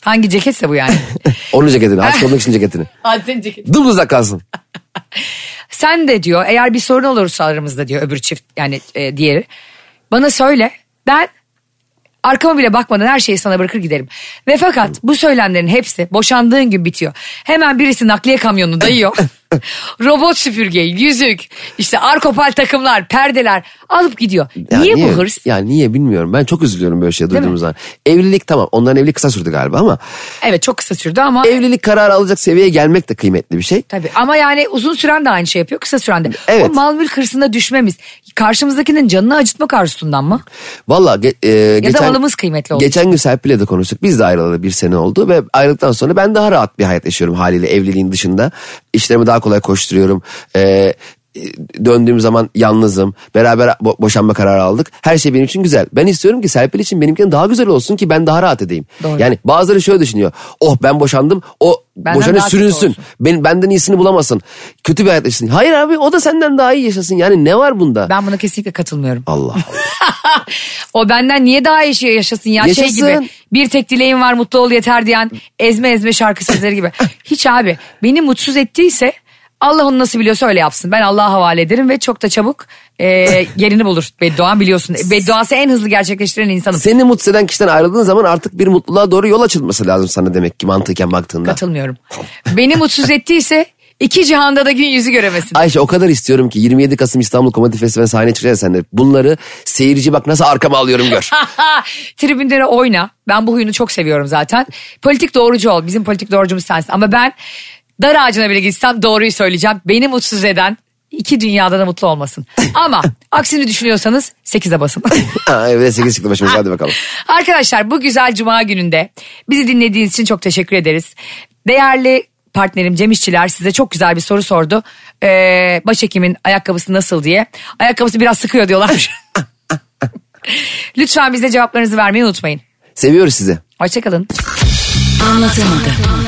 S2: Hangi ceketse bu yani?
S3: onun ceketini, aşk olmak için ceketini.
S2: Hadisenin ceketi.
S3: Dımdızlak kalsın.
S2: Sen de diyor eğer bir sorun olursa aramızda diyor öbür çift yani e, diğeri. Bana söyle ben Arkama bile bakmadan her şeyi sana bırakır giderim. Ve fakat bu söylemlerin hepsi boşandığın gün bitiyor. Hemen birisi nakliye kamyonunu dayıyor. Robot süpürge, yüzük, işte arkopal takımlar, perdeler alıp gidiyor.
S3: Ya
S2: niye, bu hırs?
S3: Ya niye bilmiyorum. Ben çok üzülüyorum böyle şey
S2: mi?
S3: duyduğum zaman. Evlilik tamam. Onların evlilik kısa sürdü galiba ama
S2: Evet çok kısa sürdü ama
S3: evlilik kararı alacak seviyeye gelmek de kıymetli bir şey.
S2: Tabii ama yani uzun süren de aynı şey yapıyor kısa süren de.
S3: Evet.
S2: O mal mülk hırsına düşmemiz karşımızdakinin canını acıtmak arzusundan mı?
S3: Valla ge- e,
S2: da
S3: geçen,
S2: malımız kıymetli oldu.
S3: Geçen gün Serpil'le de konuştuk. Biz de ayrılalı bir sene oldu ve ayrıldıktan sonra ben daha rahat bir hayat yaşıyorum haliyle evliliğin dışında. İşlerimi daha kolay koşturuyorum. E, e, döndüğüm zaman yalnızım. Beraber bo- boşanma kararı aldık. Her şey benim için güzel. Ben istiyorum ki Serpil için benimkinden daha güzel olsun ki ben daha rahat edeyim.
S2: Doğru.
S3: Yani bazıları şöyle düşünüyor. Oh ben boşandım. O
S2: Benden
S3: boşanır
S2: daha kötü
S3: sürünsün.
S2: olsun.
S3: Ben, benden iyisini bulamasın. Kötü bir hayat yaşasın. Hayır abi o da senden daha iyi yaşasın. Yani ne var bunda?
S2: Ben buna kesinlikle katılmıyorum.
S3: Allah Allah.
S2: O benden niye daha iyi şey yaşasın ya şey
S3: Yaşasın.
S2: gibi bir tek dileğim var mutlu ol yeter diyen ezme ezme şarkı sözleri gibi. Hiç abi beni mutsuz ettiyse Allah onu nasıl biliyorsa öyle yapsın. Ben Allah'a havale ederim ve çok da çabuk e, yerini bulur. Bedduan biliyorsun. Bedduası en hızlı gerçekleştiren insanım.
S3: Seni mutsuz eden kişiden ayrıldığın zaman artık bir mutluluğa doğru yol açılması lazım sana demek ki mantıken baktığında.
S2: Katılmıyorum. Beni mutsuz ettiyse iki cihanda da gün yüzü göremesin.
S3: Ayşe o kadar istiyorum ki 27 Kasım İstanbul Komedi Festivali sahneye çıkacağız sen de. Bunları seyirci bak nasıl arkama alıyorum gör.
S2: Tribünlere oyna. Ben bu huyunu çok seviyorum zaten. Politik doğrucu ol. Bizim politik doğrucumuz sensin. Ama ben dar ağacına bile gitsem doğruyu söyleyeceğim. Beni mutsuz eden iki dünyada da mutlu olmasın. Ama aksini düşünüyorsanız 8'e basın.
S3: Ha, evet 8 çıktı başımıza hadi bakalım.
S2: Arkadaşlar bu güzel cuma gününde bizi dinlediğiniz için çok teşekkür ederiz. Değerli partnerim Cem İşçiler size çok güzel bir soru sordu. Ee, başhekimin ayakkabısı nasıl diye. Ayakkabısı biraz sıkıyor diyorlar. Lütfen bize cevaplarınızı vermeyi unutmayın.
S3: Seviyoruz sizi.
S2: Hoşçakalın.
S4: Anlatamadım.